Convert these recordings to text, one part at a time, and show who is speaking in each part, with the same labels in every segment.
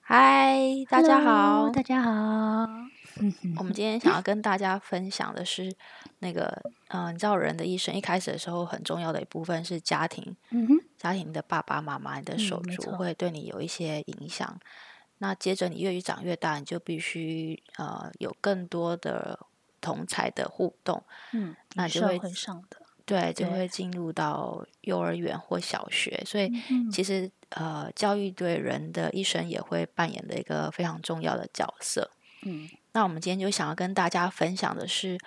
Speaker 1: 嗨，大家
Speaker 2: Hello，
Speaker 1: 好。
Speaker 2: 大家好。
Speaker 1: 我们今天想要跟大家分享的是，那个，嗯、你知道人的一生一开始的时候很重要的一部分是家庭，
Speaker 2: 嗯哼，
Speaker 1: 家庭的爸爸妈妈、你的
Speaker 2: 嗯
Speaker 1: 手
Speaker 2: 没
Speaker 1: 足
Speaker 2: 错
Speaker 1: 会对你有一些影响。那接着你越长越大，你就必须呃有更多的同才的互动，
Speaker 2: 嗯，
Speaker 1: 那
Speaker 2: 你
Speaker 1: 就
Speaker 2: 社
Speaker 1: 会
Speaker 2: 会上的，
Speaker 1: 对，就
Speaker 2: 对
Speaker 1: 会进入到幼儿园或小学。所以
Speaker 2: 嗯
Speaker 1: 其实呃，教育对人的一生也会扮演的一个非常重要的角色。
Speaker 2: 嗯
Speaker 1: 那我们今天就想要跟大家分享的是，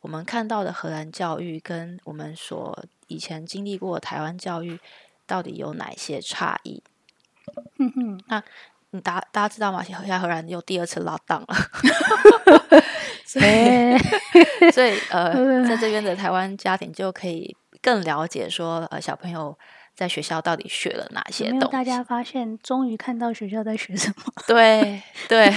Speaker 1: 我们看到的荷兰教育跟我们所以前经历过的台湾教育到底有哪些差 异？
Speaker 2: 哼嗯哼，
Speaker 1: 你大大家知道吗？现在荷兰又第二次拉档 了， 所以
Speaker 2: 哎，
Speaker 1: 所以 呃，在这边的台湾家庭就可以更了解说，呃，小朋友在学校到底学了哪些
Speaker 2: 有没有
Speaker 1: 东
Speaker 2: 大
Speaker 1: 西。
Speaker 2: 家发现，终于看到学校在学什么？
Speaker 1: 对对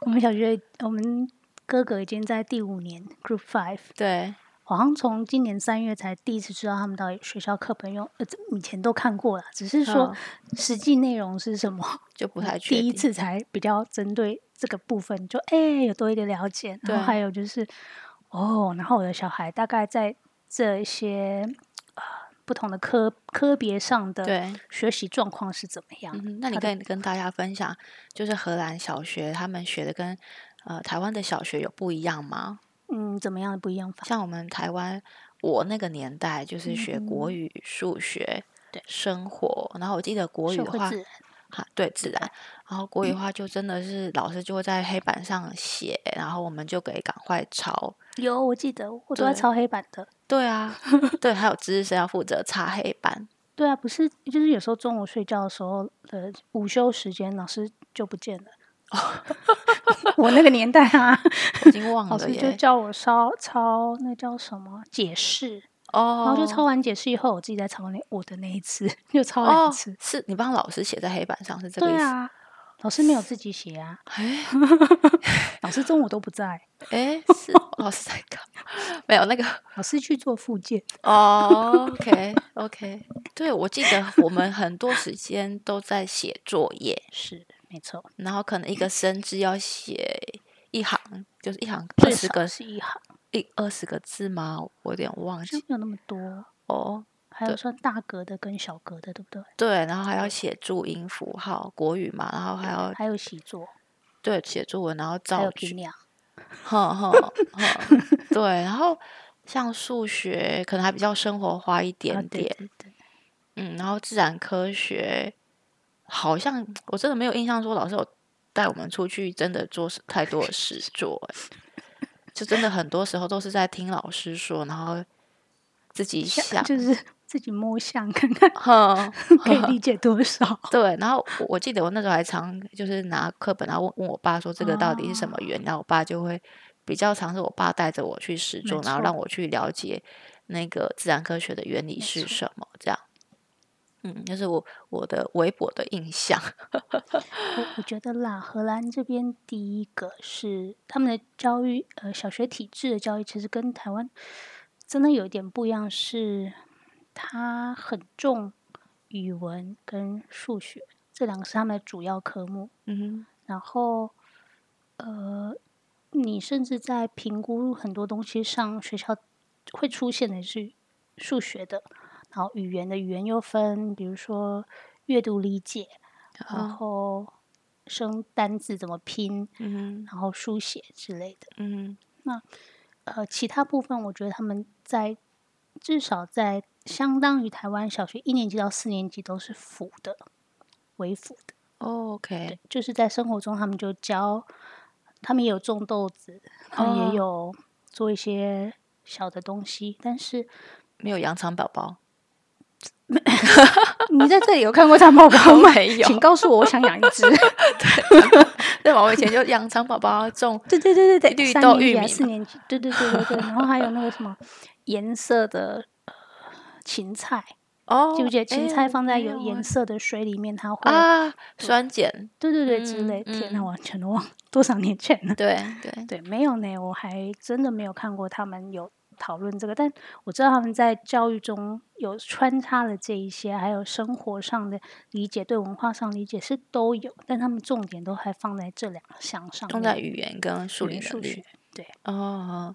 Speaker 2: 我们小学，我们哥哥已经在第五年 Group Five，
Speaker 1: 对
Speaker 2: 好像从今年三月才第一次知道他们到底学校课本用，呃，这以前都看过了，只是说
Speaker 1: 嗯
Speaker 2: 实际内容是什么，
Speaker 1: 就不太确定。
Speaker 2: 嗯 第一次才比较针对这个部分，就哎、有多一个了解。然
Speaker 1: 对
Speaker 2: 后还有就是哦，然后我的小孩大概在这一些呃不同的科科别上的
Speaker 1: 对，
Speaker 2: 学习状况是怎么样
Speaker 1: 嗯？哼，那你
Speaker 2: 它
Speaker 1: 可
Speaker 2: 的
Speaker 1: 以跟大家分享，就是荷兰小学他们学的跟呃台湾的小学有不一样吗？
Speaker 2: 嗯，怎么样的不一样法？
Speaker 1: 像我们台湾，我那个年代就是学国
Speaker 2: 嗯
Speaker 1: 语、数学、
Speaker 2: 对
Speaker 1: 生活，然后我记得国语
Speaker 2: 社
Speaker 1: 的
Speaker 2: 会
Speaker 1: 话，
Speaker 2: 自然
Speaker 1: 哈，对，自然。然后国语的话，就真的是老师就会在黑板上写，然后我们就可以赶快抄。
Speaker 2: 有，我记得我都在
Speaker 1: 对
Speaker 2: 抄黑板的。
Speaker 1: 对啊，对，还有知识生要负责擦黑板。
Speaker 2: 对啊，不是，就是有时候中午睡觉的时候，呃，午休时间老师就不见了。
Speaker 1: 哦
Speaker 2: 我那个年代啊，
Speaker 1: 我已经忘
Speaker 2: 老
Speaker 1: 了
Speaker 2: 师就
Speaker 1: 嗯耶。
Speaker 2: 叫我抄抄那叫什么解释，然
Speaker 1: 哦，
Speaker 2: 后就抄完解释以后，我自己再抄那我的那一次， 又抄两
Speaker 1: 哦
Speaker 2: 次。，
Speaker 1: 是你帮老师写在黑板上，是这个意
Speaker 2: 对
Speaker 1: 思？
Speaker 2: 啊，老师没有 自己写啊，
Speaker 1: 哎
Speaker 2: 老师中午都不在，
Speaker 1: 哎， 是老师在干嘛？ 没有那个
Speaker 2: 老师去做复健。
Speaker 1: 哦，OK OK，对我记得我们很多时间都在写作业，
Speaker 2: 是，没错，
Speaker 1: 然后可能一个生字要写一行，就是一行二
Speaker 2: 最
Speaker 1: 十
Speaker 2: 少
Speaker 1: 个
Speaker 2: 是一行，
Speaker 1: 一二十个字吗？我有点忘
Speaker 2: 好像
Speaker 1: 记
Speaker 2: 没有那么多。
Speaker 1: 哦。
Speaker 2: 还有
Speaker 1: 对
Speaker 2: 算大格的跟小格的，对不对？
Speaker 1: 对，然后还要写注音符号，国语嘛，然后还要
Speaker 2: 还有习作，
Speaker 1: 对写作文，然后
Speaker 2: 还
Speaker 1: 呃造
Speaker 2: 有
Speaker 1: 句
Speaker 2: 拼，量。
Speaker 1: 哼 哼哼，对，然后像数学可能还比较生活化一
Speaker 2: 啊
Speaker 1: 点
Speaker 2: 对
Speaker 1: 点，
Speaker 2: 对对，
Speaker 1: 嗯，然后自然科学好像我真的没有印象说老师有带我们出去真的做实太多的实做、欸，就真的很多时候都是在听老师说，然后自己想
Speaker 2: 像， 就是自己摸象看 看
Speaker 1: 哼，
Speaker 2: 可以理解多少。
Speaker 1: 对，然后我我记得我那时候还常就是拿课本，然后问问我爸说这个到底是什么原
Speaker 2: 哦
Speaker 1: 因，然后我爸就会比较常是我爸带着我去实
Speaker 2: 没
Speaker 1: 做，然后让
Speaker 2: 错
Speaker 1: 我去了解那个自然科学的原理
Speaker 2: 没
Speaker 1: 是
Speaker 2: 错
Speaker 1: 什么，这样。嗯，就是我我的微薄的印象。
Speaker 2: 我我觉得啦，荷兰这边第一个是他们的教育，呃，小学体制的教育其实跟台湾真的有一点不一样，是它很重语文跟数学这两个是他们的主要科目。
Speaker 1: 嗯
Speaker 2: 然后，呃，你甚至在评估很多东西上，学校会出现的是数学的，然后语言的语言又分，比如说阅读理解，
Speaker 1: 哼，
Speaker 2: 然
Speaker 1: 哦
Speaker 2: 后生单字怎么拼，
Speaker 1: 嗯
Speaker 2: 然后书写之类的。
Speaker 1: 嗯
Speaker 2: 呃，其他部分我觉得他们在至少在相当于台湾小学一年级到四年级都是辅的，为辅的。
Speaker 1: 哦，OK，
Speaker 2: 就是在生活中，他们就教，他们也有种豆子，他们
Speaker 1: 哦
Speaker 2: 也有做一些小的东西。但是
Speaker 1: 没有羊肠宝宝，
Speaker 2: 你在这里有看过藏宝宝 吗？
Speaker 1: 没有
Speaker 2: 请告诉我，我想养一只。
Speaker 1: 对吧？我以前就羊肠宝宝种，
Speaker 2: 对对对对对，
Speaker 1: 绿
Speaker 2: 三
Speaker 1: 豆
Speaker 2: 年级
Speaker 1: 玉
Speaker 2: 还
Speaker 1: 米
Speaker 2: 是四
Speaker 1: 嘛
Speaker 2: 年级？对对对对对。然后还有那个 什么颜色的呃芹菜，
Speaker 1: 哦，
Speaker 2: 记不记得
Speaker 1: 哎
Speaker 2: 芹菜放在
Speaker 1: 没
Speaker 2: 有颜
Speaker 1: 哎
Speaker 2: 色的水里面，它会
Speaker 1: 啊，酸碱，
Speaker 2: 对对对之
Speaker 1: 嗯
Speaker 2: 类。天哪，
Speaker 1: 嗯
Speaker 2: 完全都忘了多少年前了。
Speaker 1: 对对，
Speaker 2: 对，没有呢，我还真的没有看过他们有讨论这个，但我知道他们在教育中有穿插了这一些，还有生活上的理解、对文化上理解是都有，但他们重点都还放在这两项上面，
Speaker 1: 用在语言跟数
Speaker 2: 语
Speaker 1: 理
Speaker 2: 言数
Speaker 1: 能力
Speaker 2: 学。。对，
Speaker 1: 哦，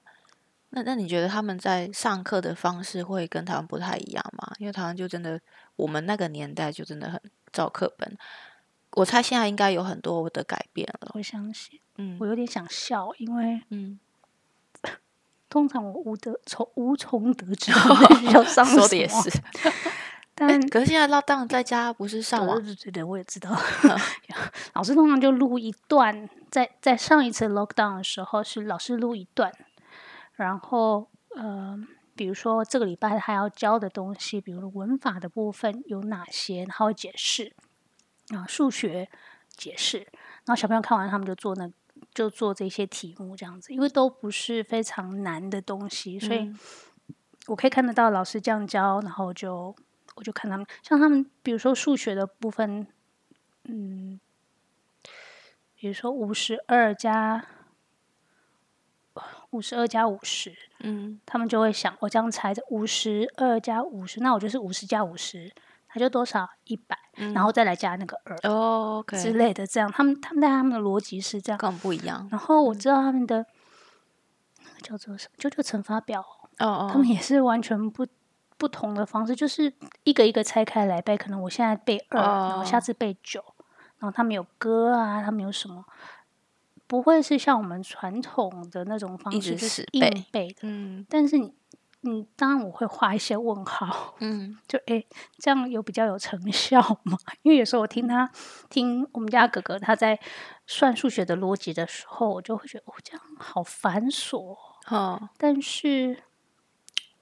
Speaker 1: 那那你觉得他们在上课的方式会跟台湾不太一样吗？因为台湾就真的，我们那个年代就真的很照课本。我猜现在应该有很多的改变了。
Speaker 2: 我相信，
Speaker 1: 嗯
Speaker 2: 我有点想笑，因为
Speaker 1: 嗯，
Speaker 2: 通常我无得从无从得 知我在学校上
Speaker 1: 说的
Speaker 2: 什
Speaker 1: 也
Speaker 2: 么
Speaker 1: 是。
Speaker 2: 但
Speaker 1: 可是现在 lockdown 在家不是上
Speaker 2: 对
Speaker 1: 网？
Speaker 2: 对对对，我 也知道。 老师通常就录一段，在在上一次 lockdown 的时候是老师录一段，然后呃，比如说这个礼拜他要教的东西，比如文法的部分有哪些，他会解释啊，数学解释，然后小朋友看完他们就做那就做这些题目这样子，因为都不是非常难的东西，所以。
Speaker 1: 嗯
Speaker 2: 我可以看得到老师这样教，然后就我就看他们，像他们比如说数学的部分，嗯，比如说五十二加五十二加五十，
Speaker 1: 嗯，
Speaker 2: 他们就会想，我这样猜着五十二加五十，那我就是五十加五十，它就多少一百、然后再来加那个二
Speaker 1: 哦
Speaker 2: 之
Speaker 1: ，OK，
Speaker 2: 类的，这样他们他们在他们的逻辑是这样。
Speaker 1: 跟我们不一样。
Speaker 2: 然后我知道他们的那个叫做什么，就就乘法表哦、
Speaker 1: 哦
Speaker 2: 他
Speaker 1: 哦
Speaker 2: 们也是完全不不同的方式，就是一个一个拆开来背。可能我现在背二、然后下
Speaker 1: 哦
Speaker 2: 次背九，然后他们有歌啊，他们有什么，不会是像我们传统的那种方
Speaker 1: 一
Speaker 2: 式，
Speaker 1: 直
Speaker 2: 就是
Speaker 1: 死
Speaker 2: 硬
Speaker 1: 背
Speaker 2: 背的。
Speaker 1: 嗯
Speaker 2: 但是你，你当然我会画一些问号，
Speaker 1: 嗯
Speaker 2: 就诶、这样有比较有成效吗？ 因为有时候我听他听我们家哥哥他在算数学的逻辑的时候，我就会觉得哦，这样好繁琐哦、
Speaker 1: 哦
Speaker 2: 但是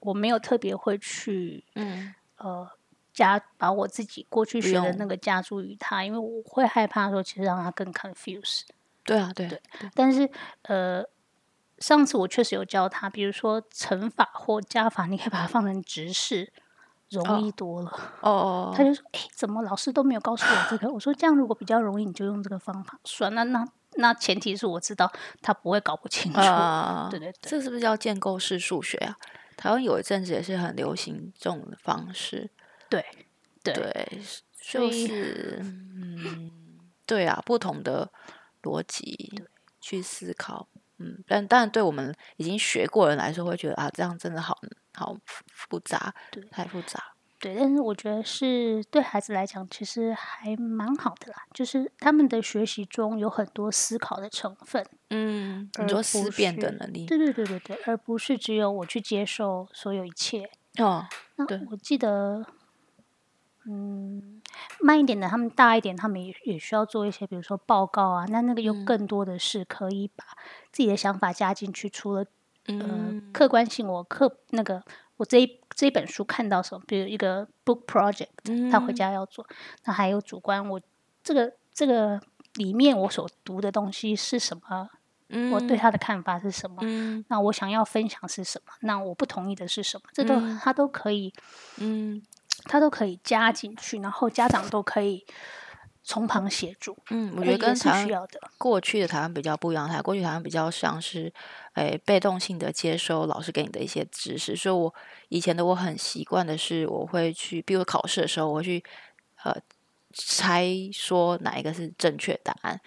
Speaker 2: 我没有特别会去
Speaker 1: 嗯
Speaker 2: 呃加把我自己过去
Speaker 1: 不
Speaker 2: 学的
Speaker 1: 用
Speaker 2: 那个加注于它，因为我会害怕说其实让它更 confuse。
Speaker 1: 对啊对
Speaker 2: 对但是呃，上次我确实有教他，比如说乘法或加法，你可以把它放成直式。容
Speaker 1: 哦
Speaker 2: 易多了，
Speaker 1: 哦哦
Speaker 2: 他
Speaker 1: 哦
Speaker 2: 就说：“哎、怎么老师都没有告诉我这个？”我说：“这样如果比较容易，你就用这个方法算。那那那前提是我知道他不会搞不清楚。
Speaker 1: 啊
Speaker 2: 对对对，
Speaker 1: 这是不是叫建构式数学啊？台湾有一阵子也是很流行这种的方式，
Speaker 2: 对对
Speaker 1: 对，
Speaker 2: 所
Speaker 1: 就
Speaker 2: 以
Speaker 1: 是嗯，对啊，不同的逻辑去思考，嗯，但但对我们已经学过的人来说，会觉得啊，这样真的好好复杂
Speaker 2: 对，
Speaker 1: 太复杂，
Speaker 2: 对，但是我觉得是对孩子来讲，其实还蛮好的啦。就是他们的学习中有很多思考的成分，
Speaker 1: 嗯，
Speaker 2: 而
Speaker 1: 你说
Speaker 2: 不
Speaker 1: 思辨的
Speaker 2: 是
Speaker 1: 能力，
Speaker 2: 对对对对对，而不是只有我去接受所有一切。
Speaker 1: 哦，
Speaker 2: 那
Speaker 1: 对
Speaker 2: 我记得，嗯，慢一点的，他们大一点，他们也也需要做一些，比如说报告啊。那那个又
Speaker 1: 嗯
Speaker 2: 更多的是可以把自己的想法加进去，除了呃
Speaker 1: 嗯，
Speaker 2: 客观性，我客那个我这一这一本书看到什么，比如一个 book project，他回
Speaker 1: 嗯
Speaker 2: 家要做，那还有主观，我这个这个里面我所读的东西是什么，我对
Speaker 1: 嗯
Speaker 2: 他的看法是什么，
Speaker 1: 嗯
Speaker 2: 那我想要分享是什么，那我不同意的是什么，这都
Speaker 1: 嗯
Speaker 2: 他都可以，
Speaker 1: 嗯
Speaker 2: 他都可以加进去，然后家长都可以从旁协助，
Speaker 1: 嗯，我
Speaker 2: 呃
Speaker 1: 觉得
Speaker 2: 也
Speaker 1: 跟
Speaker 2: 是
Speaker 1: 台湾
Speaker 2: 需要的，
Speaker 1: 过去的台湾比较不一样，台过去台湾比较像是，诶，被动性的接收老师给你的一些知识。所以我以前的我很习惯的是，我会去，比如考试的时候，我会去呃猜说哪一个是正确答案。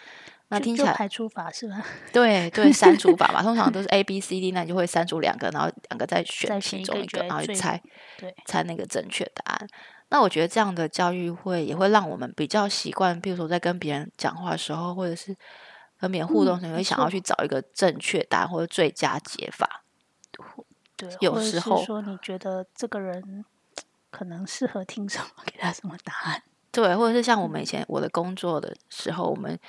Speaker 1: 那
Speaker 2: 就
Speaker 1: 听起
Speaker 2: 就
Speaker 1: 来
Speaker 2: 排除法是吧？
Speaker 1: 对对，删除法嘛，通常都是 A、B、C、D，那你就会删除两个，然后两个再选
Speaker 2: 再
Speaker 1: 其
Speaker 2: 选一
Speaker 1: 中
Speaker 2: 个
Speaker 1: 一
Speaker 2: 觉
Speaker 1: 个，
Speaker 2: 得
Speaker 1: 然后去
Speaker 2: 最
Speaker 1: 猜，
Speaker 2: 对，
Speaker 1: 猜那个正确答案。那我觉得这样的教育会也会让我们比较习惯，比如说在跟别人讲话的时候，或者是跟别人互动的
Speaker 2: 嗯
Speaker 1: 时候，你
Speaker 2: 没
Speaker 1: 会想要
Speaker 2: 错
Speaker 1: 去找一个正确答案或者最佳解法。
Speaker 2: 对，
Speaker 1: 有
Speaker 2: 或者
Speaker 1: 时
Speaker 2: 是
Speaker 1: 候
Speaker 2: 说你觉得这个人可能适合听什么，给他什么答案。
Speaker 1: 对，或者是像我
Speaker 2: 嗯
Speaker 1: 们以前我的工作的时候，我们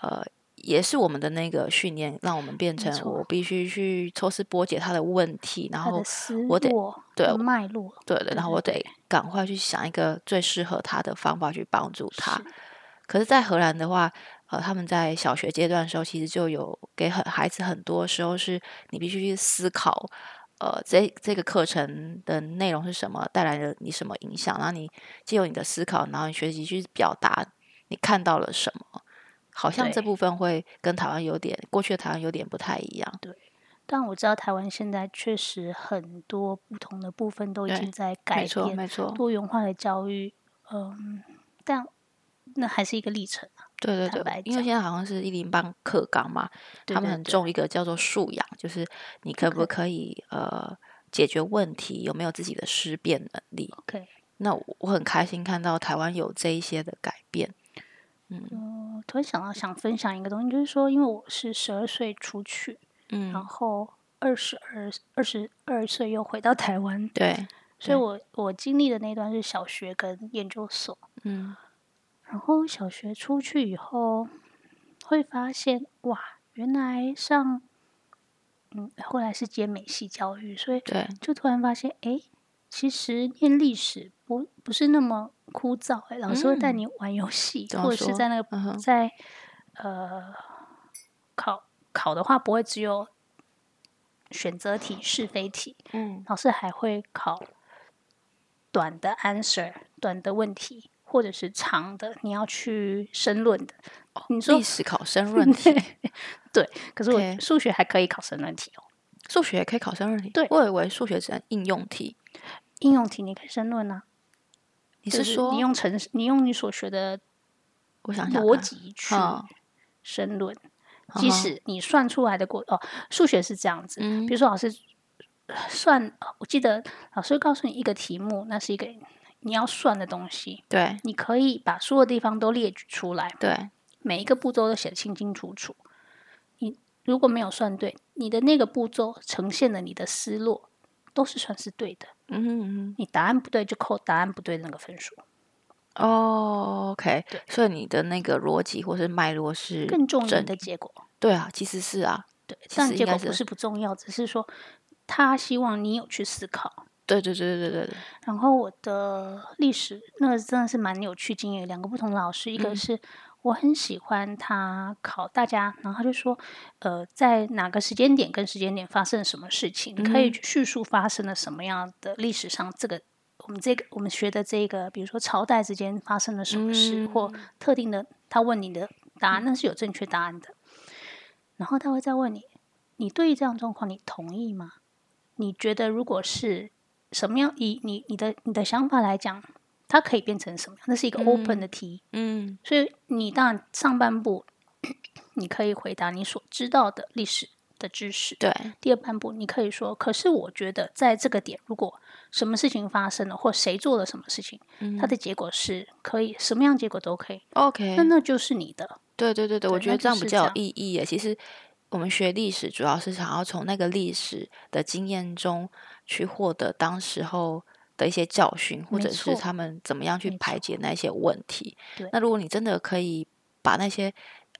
Speaker 1: 呃也是我们的那个训练，让我们变
Speaker 2: 没
Speaker 1: 成
Speaker 2: 错
Speaker 1: 我必须去抽丝剥茧他的问题，然
Speaker 2: 他
Speaker 1: 后
Speaker 2: 的思路
Speaker 1: 我得对
Speaker 2: 跟脉络，
Speaker 1: 对的，
Speaker 2: 对
Speaker 1: 然后我
Speaker 2: 对
Speaker 1: 得赶快去想一个最适合他的方法去帮助他
Speaker 2: 是。
Speaker 1: 可是，在荷兰的话，呃，他们在小学阶段的时候，其实就有给很孩子很多时候是你必须去思考，呃，这这个课程的内容是什么，带来了你什么影响，然后你借由你的思考，然后你学习去表达你看到了什么。好像这
Speaker 2: 对
Speaker 1: 部分会跟台湾有点，过去的台湾有点不太一样。
Speaker 2: 但我知道台湾现在确实很多不同的部分都已
Speaker 1: 对
Speaker 2: 经在改
Speaker 1: 没错，
Speaker 2: 变
Speaker 1: 没错，
Speaker 2: 多元化的教育，嗯，但那还是一个历程啊。
Speaker 1: 对对
Speaker 2: 坦白
Speaker 1: 对，因为
Speaker 2: 讲
Speaker 1: 现在好像是一零八课纲嘛，
Speaker 2: 对
Speaker 1: 他们
Speaker 2: 对
Speaker 1: 很
Speaker 2: 对
Speaker 1: 重一个叫做素养，就是你可不可以呃解决问题，有没有自己的思辨能力？
Speaker 2: OK，
Speaker 1: 那我我很开心看到台湾有这一些的改变。
Speaker 2: 嗯，突然想到想分享一个东西，就是说，因为我是十二岁出去，然
Speaker 1: 嗯，
Speaker 2: 后二十二二十二岁又回到台湾，
Speaker 1: 对，
Speaker 2: 所以
Speaker 1: 对
Speaker 2: 我我经历的那段是小学跟研究所。
Speaker 1: 嗯，
Speaker 2: 然后小学出去以后，会发现哇，原来上，嗯，后来是接美系教育，所以
Speaker 1: 对，
Speaker 2: 就突然发现，诶，其实念历史不不是那么枯燥、诶，老师会带
Speaker 1: 嗯
Speaker 2: 你玩游戏，
Speaker 1: 怎么
Speaker 2: 或者是
Speaker 1: 说
Speaker 2: 在那个、
Speaker 1: 嗯哼
Speaker 2: 在呃考考的话，不会只有选择题、是非题，
Speaker 1: 嗯，
Speaker 2: 老师还会考短的 answer、短的问题，或者是长的，你要去申论的。
Speaker 1: 哦
Speaker 2: 你说
Speaker 1: 历史考 申论题，
Speaker 2: 可是我
Speaker 1: OK
Speaker 2: 数学还可以考申论题哦，
Speaker 1: 数学也可以考申论题。
Speaker 2: 对
Speaker 1: 我以为数学只能应用题。
Speaker 2: 应用题你可以申论啊。
Speaker 1: 你
Speaker 2: 就是
Speaker 1: 说
Speaker 2: 你？用程式，你用你所学的
Speaker 1: 我想想
Speaker 2: 逻
Speaker 1: 看
Speaker 2: 辑去
Speaker 1: 嗯
Speaker 2: 申论，
Speaker 1: 嗯
Speaker 2: 即
Speaker 1: 哼
Speaker 2: 使你算出来的过哦，数学是这样子，
Speaker 1: 嗯
Speaker 2: 比如说老师算，哦我记得老师告诉你一个题目，那是一个你要算的东西，
Speaker 1: 对
Speaker 2: 你可以把所有地方都列举出来，
Speaker 1: 对，
Speaker 2: 每一个步骤都写得清清楚楚。你如果没有算对，你的那个步骤呈现的你的思路都是算是对的，
Speaker 1: 嗯哼嗯
Speaker 2: 你答案不对就扣答案不对的那个分数。
Speaker 1: 哼，哦，OK，
Speaker 2: 对
Speaker 1: 所以你的那个逻辑或是脉络是
Speaker 2: 更重要
Speaker 1: 正
Speaker 2: 的结果，
Speaker 1: 对啊，其实是啊，
Speaker 2: 对，
Speaker 1: 其
Speaker 2: 但
Speaker 1: 实
Speaker 2: 结
Speaker 1: 应该
Speaker 2: 果不
Speaker 1: 是
Speaker 2: 是不重要，只是说他希望你有去思考。
Speaker 1: 对对对对对对，
Speaker 2: 然后我的历史那个真的是蛮有趣经验，两个不同的老师，一个
Speaker 1: 嗯
Speaker 2: 是我很喜欢他考大家，然后他就说，呃，在哪个时间点跟时间点发生了什么事情，你可以
Speaker 1: 嗯
Speaker 2: 叙述发生了什么样的历史上这个。我们这个我们学的这个，比如说朝代之间发生了什么事，或
Speaker 1: 嗯
Speaker 2: 特定的，他问你的答案，那是有正确答案的。然后他会再问你，你对于这样状况你同意吗？你觉得如果是什么样，以你你的你的想法来讲，它可以变成什么样？那是一个 open 的题，
Speaker 1: 嗯
Speaker 2: 所以你当然上半部 你可以回答你所知道的历史的知识，
Speaker 1: 对，
Speaker 2: 第二半部你可以说，可是我觉得在这个点，如果什么事情发生了，或谁做了什么事情，
Speaker 1: 嗯
Speaker 2: 它的结果是可以什么样结果都可以，
Speaker 1: OK，
Speaker 2: 那那就是你的，
Speaker 1: 对对对对，我
Speaker 2: 对
Speaker 1: 觉
Speaker 2: 那
Speaker 1: 得
Speaker 2: 就
Speaker 1: 这样比
Speaker 2: 是
Speaker 1: 较
Speaker 2: 这
Speaker 1: 有
Speaker 2: 样
Speaker 1: 意义耶。其实我们学历史主要是想要从那个历史的经验中去获得当时候的一些教训，或
Speaker 2: 没
Speaker 1: 者是
Speaker 2: 错
Speaker 1: 他们怎么样去
Speaker 2: 没
Speaker 1: 排解那些问题
Speaker 2: 对。
Speaker 1: 那如果你真的可以把那些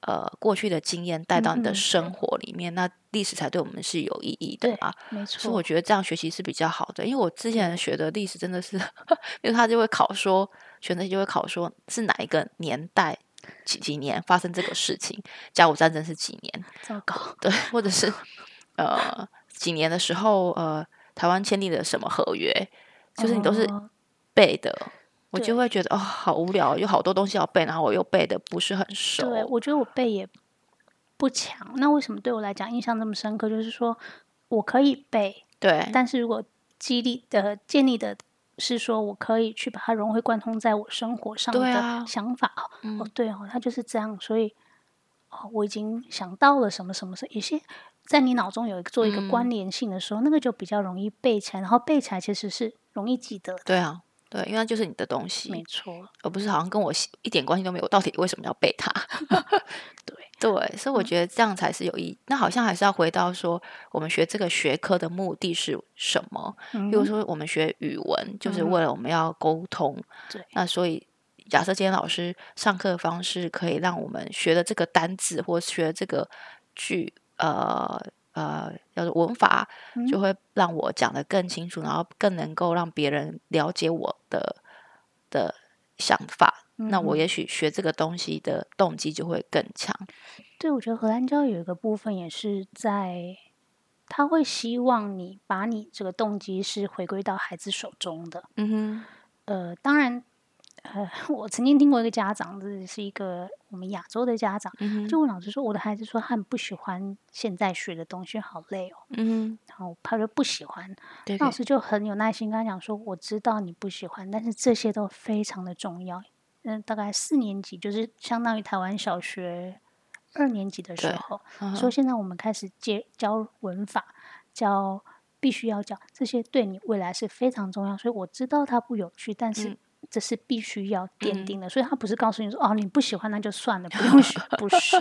Speaker 1: 呃过去的经验带到你
Speaker 2: 嗯
Speaker 1: 的
Speaker 2: 嗯
Speaker 1: 生活里面，那历史才对我们是有意义的
Speaker 2: 对
Speaker 1: 啊。
Speaker 2: 没
Speaker 1: 所以我
Speaker 2: 错，嗯
Speaker 1: 觉得这样学习是比较好的，因为我之前学的历史真的是，因为他就会考说，选择题就会考说是哪一个年代几几年发生这个事情，甲午战争是几年，
Speaker 2: 糟糕，
Speaker 1: 对，或者是呃几年的时候，呃台湾签订了什么合约， 就是你都是
Speaker 2: 哦
Speaker 1: 背的，我
Speaker 2: 对
Speaker 1: 就会觉得哦好无聊，有好多东西要背，然后我又背的不是很熟，
Speaker 2: 对，我觉得我背也不强。那为什么对我来讲印象那么深刻？就是说我可以背，
Speaker 1: 对
Speaker 2: 但是如果激励的建立的是说我可以去把它融会贯通在我生活上
Speaker 1: 对啊
Speaker 2: 的想法。哦
Speaker 1: 嗯
Speaker 2: 哦，对哦，它就是这样，所以哦，我已经想到了什么什么什么，有些在你脑中有一个做一个
Speaker 1: 嗯
Speaker 2: 关联性的时候，那个就比较容易背起来，然后背起来其实是容易记得的。
Speaker 1: 对啊，对，因为那就是你的东西，
Speaker 2: 没错，
Speaker 1: 而不是好像跟我一点关系都没有。到底为什么要背它？
Speaker 2: 对
Speaker 1: 对，所以
Speaker 2: 嗯
Speaker 1: 我觉得这样才是有意义。那好像还是要回到说，我们学这个学科的目的是什么？
Speaker 2: 嗯
Speaker 1: 比如说，我们学语文就是
Speaker 2: 嗯
Speaker 1: 为了我们要沟通。
Speaker 2: 对
Speaker 1: 那所以，假设今天老师上课的方式可以让我们学的这个单字或学这个句，呃呃，叫做文法，
Speaker 2: 嗯
Speaker 1: 就会让我讲得更清楚，然后更能够让别人了解我的的想法。那我
Speaker 2: 嗯
Speaker 1: 也许学这个东西的动机就会更强。
Speaker 2: 对，我觉得荷兰教育有一个部分也是在，他会希望你把你这个动机是回归到孩子手中的。
Speaker 1: 嗯哼，
Speaker 2: 呃，当然，呃， 我曾经听过一个家长，这是一个我们亚洲的家长，
Speaker 1: 嗯哼，
Speaker 2: 就问老师说，我的孩子说他很不喜欢现在学的东西，好累哦。
Speaker 1: 嗯
Speaker 2: 然后他说不喜欢，
Speaker 1: 哼，对，
Speaker 2: 那老师就很有耐心跟他讲说，我知道你不喜欢，但是这些都非常的重要。嗯，大概四年级就是相当于台湾小学二年级的时
Speaker 1: 对
Speaker 2: 候，
Speaker 1: 嗯
Speaker 2: 所
Speaker 1: 哼
Speaker 2: 以现在我们开始接教文法，教必须要教这些，对你未来是非常重要。所以我知道它不有趣，但是
Speaker 1: 嗯
Speaker 2: 这是必须要奠
Speaker 1: 嗯
Speaker 2: 定的。所以他不是告诉你说哦，你不喜欢那就算了，不用学，不 是。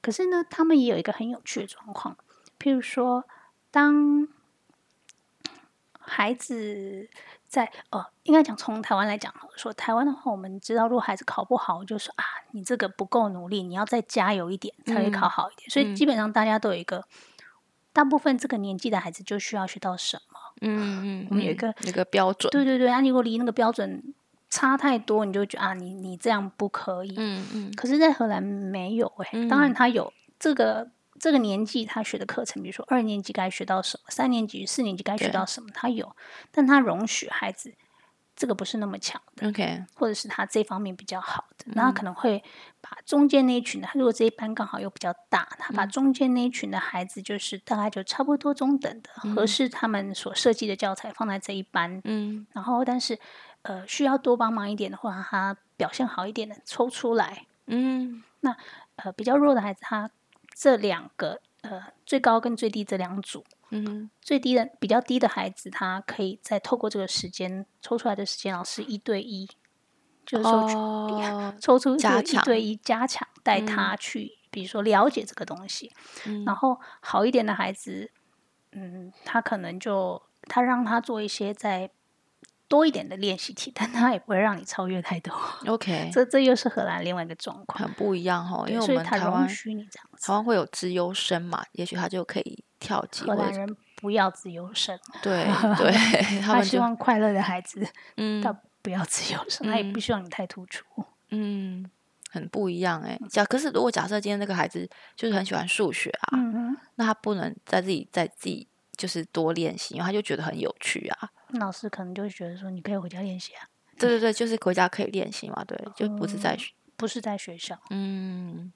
Speaker 2: 可是呢，他们也有一个很有趣的状况，譬如说，当孩子在哦，应该讲从台湾来讲好了，说台湾的话，我们知道，如果孩子考不好，就说啊，你这个不够努力，你要再加油一点，才会考
Speaker 1: 嗯
Speaker 2: 好一点。所以
Speaker 1: 嗯
Speaker 2: 基本上大家都有一个，大部分这个年纪的孩子就需要学到什么。
Speaker 1: 嗯嗯，
Speaker 2: 我们有一
Speaker 1: 嗯
Speaker 2: 个
Speaker 1: 有一个标准，
Speaker 2: 对对对，啊，你如果离那个标准差太多，你就觉得啊，你你这样不可以。
Speaker 1: 嗯嗯
Speaker 2: 可是，在荷兰没有诶、当然他有这个这个年纪他学的课程，比如说二年级该学到什么，三年级、四年级该学
Speaker 1: 对
Speaker 2: 到什么，他有，但他容许孩子这个不是那么强的，
Speaker 1: ，OK，
Speaker 2: 或者是他这方面比较好的，
Speaker 1: 嗯
Speaker 2: 那他可能会把中间那一群的，他如果这一班刚好又比较大，他
Speaker 1: 嗯
Speaker 2: 把中间那一群的孩子就是大概就差不多中等的，合适他们所设计的教材放在这一班，
Speaker 1: 嗯
Speaker 2: 然后但是呃需要多帮忙一点的话，他表现好一点的抽出来，
Speaker 1: 嗯
Speaker 2: 呃比较弱的孩子，他这两个呃最高跟最低这两组，
Speaker 1: 嗯
Speaker 2: 最低的比较低的孩子，他可以再透过这个时间抽出来的时间，老师一对一，就是
Speaker 1: 哼，
Speaker 2: 说去
Speaker 1: 哦，
Speaker 2: 抽出
Speaker 1: 加
Speaker 2: 这个一
Speaker 1: 强
Speaker 2: 对一加强，带他去，比如说了解这个东西。
Speaker 1: 嗯
Speaker 2: 然后好一点的孩子，嗯，他可能就他让他做一些再多一点的练习题，但他也不会让你超越太多。
Speaker 1: OK，
Speaker 2: 这这又是荷兰另外一个状况，
Speaker 1: 很不一样哈，因
Speaker 2: 对
Speaker 1: 为我
Speaker 2: 所以
Speaker 1: 们
Speaker 2: 他
Speaker 1: 台
Speaker 2: 容
Speaker 1: 湾
Speaker 2: 许你这样子
Speaker 1: 台。湾会有资优生嘛，也许他就可以跳级
Speaker 2: 荷
Speaker 1: 或
Speaker 2: 兰
Speaker 1: 者
Speaker 2: 人不要自由生，
Speaker 1: 对对，他
Speaker 2: 他
Speaker 1: 们
Speaker 2: 希
Speaker 1: 就
Speaker 2: 望快乐的孩子，
Speaker 1: 嗯
Speaker 2: 他不要自由生，他也不希望你太突出。
Speaker 1: 嗯很不一样哎、
Speaker 2: 嗯
Speaker 1: 假可是如果假设今天那个孩子就是很喜欢数学啊，
Speaker 2: 嗯哼。
Speaker 1: 那他不能在自己在自己就是多练习，因为他就觉得很有趣啊。
Speaker 2: 老师可能就会觉得说，你可以回家练习啊，
Speaker 1: 对对对，就是回家可以练习嘛，对，就不是在学
Speaker 2: 不是在学校。
Speaker 1: 嗯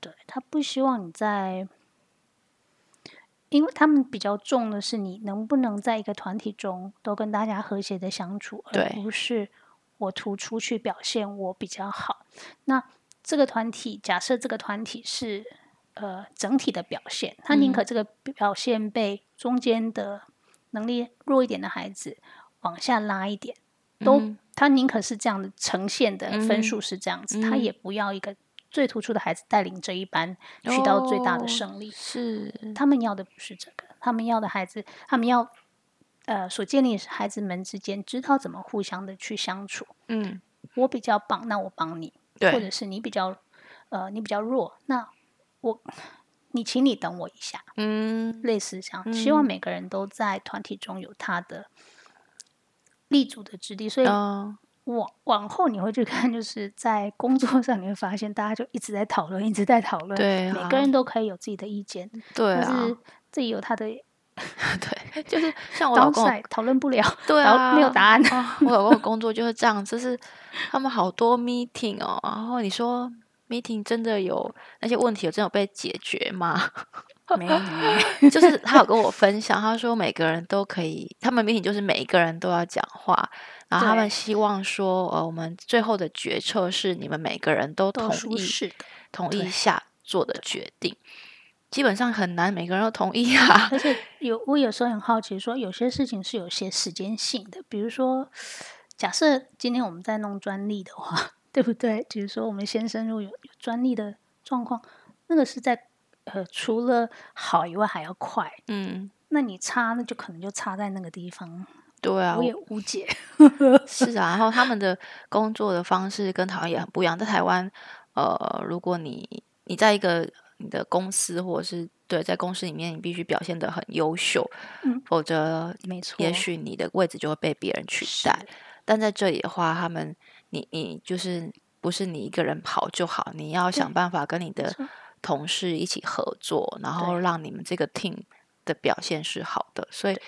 Speaker 2: 对他不希望你在，因为他们比较重的是你能不能在一个团体中都跟大家和谐的相处，而
Speaker 1: 对
Speaker 2: 不是我突出去表现我比较好。那这个团体，假设这个团体是呃整体的表现，他宁可这个表现被中间的能力弱一点的孩子往下拉一点，都、他宁可是这样的呈现的分数是这样子，他也不要一个最突出的孩子带领这一班取到最大的
Speaker 1: 哦
Speaker 2: 胜利。
Speaker 1: 是
Speaker 2: 他们要的不是这个，他们要的孩子，他们要呃所建立的是孩子们之间知道怎么互相的去相处。
Speaker 1: 嗯
Speaker 2: 我比较棒，那我帮你；或
Speaker 1: 对
Speaker 2: 者是你比较呃你比较弱，那我你请你等我一下，
Speaker 1: 嗯
Speaker 2: 类似这样。希望每个人都在团体中有他的立足的之地，所以
Speaker 1: 哦
Speaker 2: 往往后你会去看，就是在工作上你会发现，大家就一直在讨论，一直在讨论，
Speaker 1: 对
Speaker 2: 每
Speaker 1: 啊
Speaker 2: 个人都可以有自己的意见，
Speaker 1: 对
Speaker 2: 但
Speaker 1: 啊
Speaker 2: 是自己有他的
Speaker 1: 对， 就是像我老公
Speaker 2: downside，讨论不了，
Speaker 1: 对
Speaker 2: 然后
Speaker 1: 啊
Speaker 2: 没 有答案
Speaker 1: 啊我老公的工作就是这样，就是他们好多 meeting 哦，然后你说 meeting 真的有那些问题有真的有被解决吗？
Speaker 2: 没有，
Speaker 1: 就是他有跟我分享，他说每个人都可以，他们 meeting 就是每一个人都要讲话，然后他
Speaker 2: 对
Speaker 1: 们希望说，呃，我们最后的决策是你们每个人都
Speaker 2: 都
Speaker 1: 同
Speaker 2: 舒
Speaker 1: 意
Speaker 2: 适的，
Speaker 1: 同
Speaker 2: 对
Speaker 1: 意下做的决定，基本上很难每个人都同意 啊。
Speaker 2: 而且有我有时候很好奇说有些事情是有些时间性的，比如说，假设今天我们在弄专利的话， 对不对？比如说我们先生如果有有专利的状况，那个是在呃除了好以外还要快。
Speaker 1: 嗯，
Speaker 2: 那你差，那就可能就差在那个地方，
Speaker 1: 对啊
Speaker 2: 我，也 无解。
Speaker 1: 是啊。然后他们的工作的方式跟台湾也很不一样，在台湾，呃，如果你你在一个你的公司或者是对在公司里面，你必须表现得很优秀，
Speaker 2: 嗯
Speaker 1: 否则
Speaker 2: 没错，
Speaker 1: 也许你的位置就会被别人取
Speaker 2: 是
Speaker 1: 代。但在这里的话，他们你你就是不是你一个人跑就好，你要想
Speaker 2: 对
Speaker 1: 办法跟你的
Speaker 2: 错
Speaker 1: 同事一起合作，然后
Speaker 2: 对
Speaker 1: 让你们这个 team 的表现是好的。所以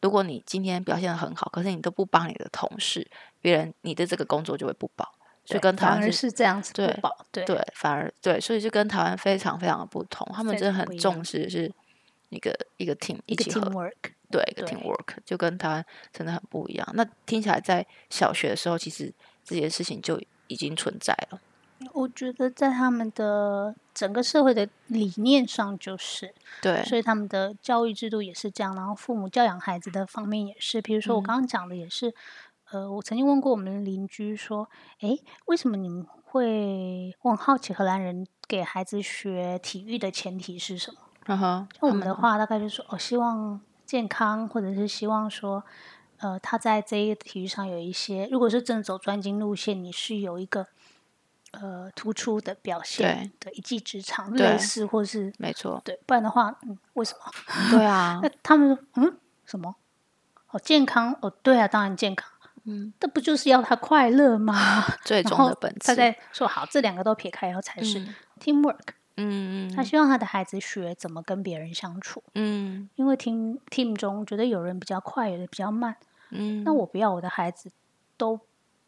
Speaker 1: 如果你今天表现的很好，可是你都不帮你的同事，别人你的这个工作就会不保，所以
Speaker 2: 对
Speaker 1: 跟台
Speaker 2: 反
Speaker 1: 湾是
Speaker 2: 而是这样子
Speaker 1: 对
Speaker 2: 不保，对
Speaker 1: 对，反而对，所以就跟台湾非常非常的不同，他们
Speaker 2: 非
Speaker 1: 真的
Speaker 2: 常
Speaker 1: 很
Speaker 2: 不一
Speaker 1: 重
Speaker 2: 样
Speaker 1: 视是一个一个 team
Speaker 2: 一个
Speaker 1: 起合
Speaker 2: teamwork，
Speaker 1: 对一个
Speaker 2: 对
Speaker 1: teamwork，就跟台湾真的很不一样。那听起来在小学的时候，其实这些事情就已经存在了。
Speaker 2: 我觉得在他们的整个社会的理念上就是，
Speaker 1: 对，
Speaker 2: 所以他们的教育制度也是这样，然后父母教养孩子的方面也是，比如
Speaker 1: 嗯
Speaker 2: 说我刚刚讲的也是，呃，我曾经问过我们邻居说，诶，为什么你们会？我很好奇荷兰人给孩子学体育的前提是什么？
Speaker 1: 嗯哼，
Speaker 2: 像我
Speaker 1: 他
Speaker 2: 们的话，大概就是哦，希望健康，或者是希望说，呃，他在这一个体育上有一些，如果是正走专精路线，你是有一个呃突出的表现，对一技之长，类
Speaker 1: 对
Speaker 2: 似或是，
Speaker 1: 没错
Speaker 2: 对，不然的话，嗯，为什么？
Speaker 1: 对啊
Speaker 2: 那，他们说，嗯，什么？哦，健康哦，对啊，当然健康，
Speaker 1: 嗯，
Speaker 2: 这不就是要他快乐吗？
Speaker 1: 最
Speaker 2: 然
Speaker 1: 终
Speaker 2: 后
Speaker 1: 的本质
Speaker 2: 他，在说好，这两个都撇开以后才是
Speaker 1: 嗯
Speaker 2: teamwork。
Speaker 1: 嗯
Speaker 2: 他希望他的孩子学怎么跟别人相处，
Speaker 1: 嗯
Speaker 2: 因为 team team 中觉得有人比较快，有人比较慢，
Speaker 1: 嗯，
Speaker 2: 那我不要我的孩子都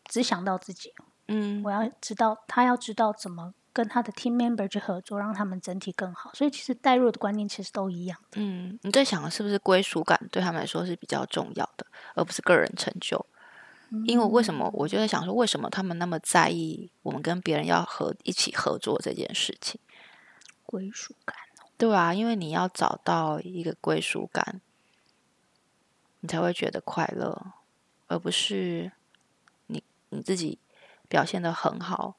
Speaker 2: 只想到自己，
Speaker 1: 嗯
Speaker 2: 我要知道他要知道怎么跟他的 team member 去合作，让他们整体更好。所以其实带入的观念其实都一样。
Speaker 1: 嗯，你在想的是不是归属感对他们来说是比较重要的，而不是个人成就？因为
Speaker 2: 嗯
Speaker 1: 为什么我就在想说，为什么他们那么在意我们跟别人要合一起合作这件事情？
Speaker 2: 归属感，
Speaker 1: 对啊，因为你要找到一个归属感，你才会觉得快乐，而不是你你自己表现的很好，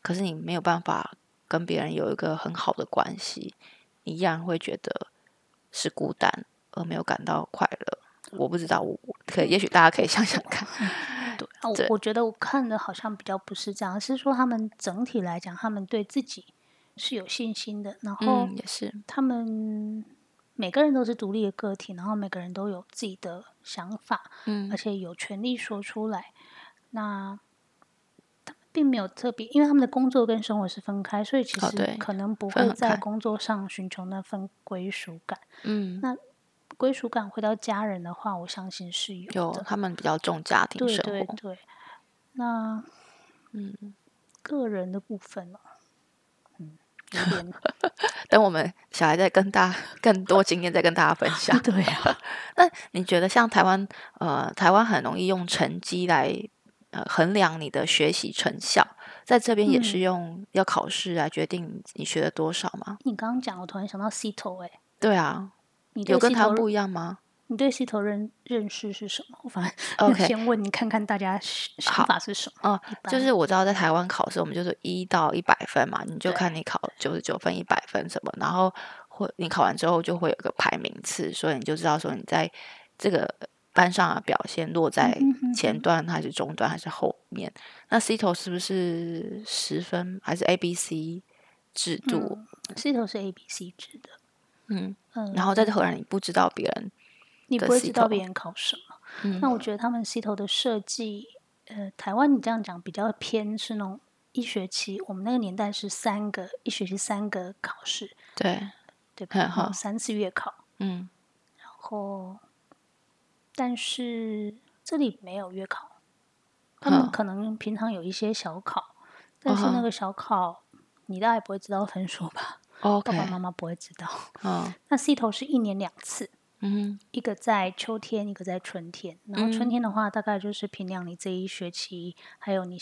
Speaker 1: 可是你没有办法跟别人有一个很好的关系，你依然会觉得是孤单，而没有感到快乐。我不知道，我我可以也许大家可以想想看，
Speaker 2: 对，啊我
Speaker 1: 哎对
Speaker 2: 我觉得我看的好像比较不是这样，是说他们整体来讲，他们对自己是有信心的，然后
Speaker 1: 嗯，也是，
Speaker 2: 他们每个人都是独立的个体，然后每个人都有自己的想法，
Speaker 1: 嗯
Speaker 2: 而且有权利说出来。那他们并没有特别，因为他们的工作跟生活是分开，所以其
Speaker 1: 哦
Speaker 2: 实
Speaker 1: 对
Speaker 2: 可能不
Speaker 1: 分
Speaker 2: 会
Speaker 1: 很
Speaker 2: 在
Speaker 1: 开
Speaker 2: 工作上寻求那份归属感。
Speaker 1: 嗯，
Speaker 2: 归属感回到家人的话，我相信是有的。
Speaker 1: 有他们比较重家庭
Speaker 2: 对
Speaker 1: 生
Speaker 2: 对
Speaker 1: 活，
Speaker 2: 对，那
Speaker 1: 嗯，
Speaker 2: 个人的部分呢、嗯，有 点
Speaker 1: 等我们小孩再跟大家更多经验再跟大家分享。
Speaker 2: 对啊，
Speaker 1: 那你觉得像台湾，呃，台湾很容易用成绩来呃衡量你的学习成效，在这边也
Speaker 2: 嗯
Speaker 1: 是用要考试来决定你学了多少吗？
Speaker 2: 你刚刚讲，我突然想到 C 头哎、
Speaker 1: 对啊，
Speaker 2: 你对
Speaker 1: 有跟
Speaker 2: C
Speaker 1: 台湾
Speaker 2: 头
Speaker 1: 不一样 吗
Speaker 2: 你对 C 头认认识是什么？我反正
Speaker 1: ？OK，
Speaker 2: 先问你看看大家是想
Speaker 1: 好
Speaker 2: 法是什么。
Speaker 1: 哦
Speaker 2: 一般
Speaker 1: 就是我知道在台湾考试，我们就是一到一百分嘛，你就
Speaker 2: 对
Speaker 1: 看你考九十九分、一百分什么，然后会你考完之后就会有个排名次，所以你就知道说你在这个班上的表现落在
Speaker 2: 嗯哼
Speaker 1: 前段还是中段还是后面。那 C 头是不是十分还是 A B C 制度？
Speaker 2: C 头嗯是 A B C 制的，
Speaker 1: 嗯，
Speaker 2: 嗯，
Speaker 1: 然后在荷兰你不知道别人，
Speaker 2: 你
Speaker 1: 的
Speaker 2: 不会
Speaker 1: C
Speaker 2: 知道
Speaker 1: 头
Speaker 2: 别人考什么。
Speaker 1: 嗯
Speaker 2: 那我觉得他们 C 头的设计，呃，台湾你这样讲比较偏是那种一学期，我们那个年代是三个一学期三个考试，
Speaker 1: 对，
Speaker 2: 对吧？
Speaker 1: 很
Speaker 2: 然后
Speaker 1: 嗯好
Speaker 2: 三次月考，
Speaker 1: 嗯，
Speaker 2: 然后但是这里没有月考，他们
Speaker 1: 嗯
Speaker 2: 可能平常有一些小考，但是
Speaker 1: 嗯
Speaker 2: 那
Speaker 1: 哼
Speaker 2: 个小考你大概不会知道分数吧？
Speaker 1: 哦，OK，
Speaker 2: 爸爸妈妈不会知道。
Speaker 1: 嗯
Speaker 2: 那 C 头是一年两次，
Speaker 1: 嗯
Speaker 2: 一个在秋天，一个在春天。然后春天的话，大概就是评量你这一学期，还有你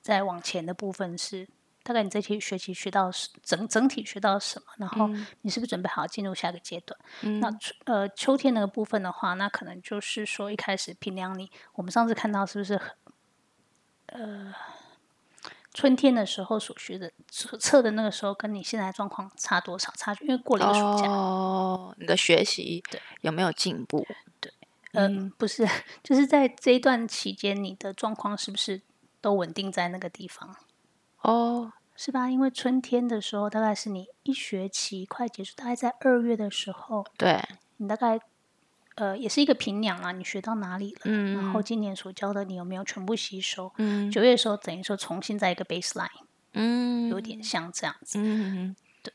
Speaker 2: 再往前的部分是，大概你这期学期学到是整整体学到什么，然后你是不是准备好进入下个阶段？那春呃秋天那个部分的话，那可能就是说一开始评量你，我们上次看到是不是很呃。春天的时候所学的所测的那个时候，跟你现在的状况差多少？差距因为过了一个暑假，
Speaker 1: 哦，你的学习
Speaker 2: 对
Speaker 1: 有没有进步？
Speaker 2: 嗯，不是， 就是在这一段期间，你的状况是不是都稳定在那个地方，
Speaker 1: 哦，
Speaker 2: 是吧？因为春天的时候，大概是你一学期快结束，大概在二月的时候，
Speaker 1: 对，
Speaker 2: 你大概呃也是一个评量啊，你学到哪里了，
Speaker 1: 嗯
Speaker 2: 然后今年所教的你有没有全部吸收？
Speaker 1: 嗯
Speaker 2: 九月的时候等于说重新再一个 baseline，
Speaker 1: 嗯，
Speaker 2: 有点像这样子。
Speaker 1: 嗯，嗯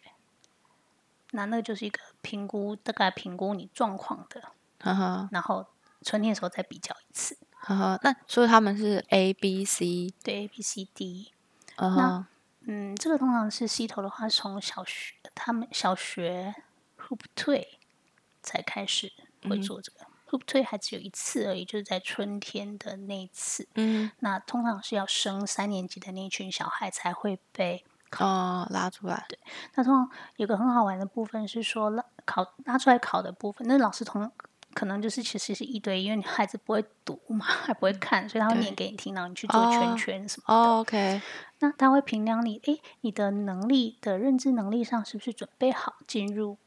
Speaker 2: 那那就是一个评估，大概评估你状况的
Speaker 1: 呵呵
Speaker 2: 然后春天的时候再比较一次。
Speaker 1: 呵呵，嗯那所以他们是 A B C，
Speaker 2: 对 A B C D，
Speaker 1: 嗯
Speaker 2: 那
Speaker 1: 哼，
Speaker 2: 嗯，这个通常是西头的话，是从小学他们小学 hoop 退才开始会
Speaker 1: 嗯
Speaker 2: 做这个。hoop 退还只有一次而已，就是在春天的那一次。
Speaker 1: 嗯，
Speaker 2: 那通常是要升三年级的那一群小孩才会被
Speaker 1: 哦，拉出来，
Speaker 2: 那通常有个很好玩的部分是说拉考拉出来考的部分，那老师同可能就是其实是一堆，因为你孩子不会读嘛，还不会看，所以他会
Speaker 1: 嗯对
Speaker 2: 念给你听，然后你去做圈
Speaker 1: 哦
Speaker 2: 圈什么的。
Speaker 1: 哦，OK，
Speaker 2: 那他会评量你，诶，你的能力的认知能力上是不是准备好进入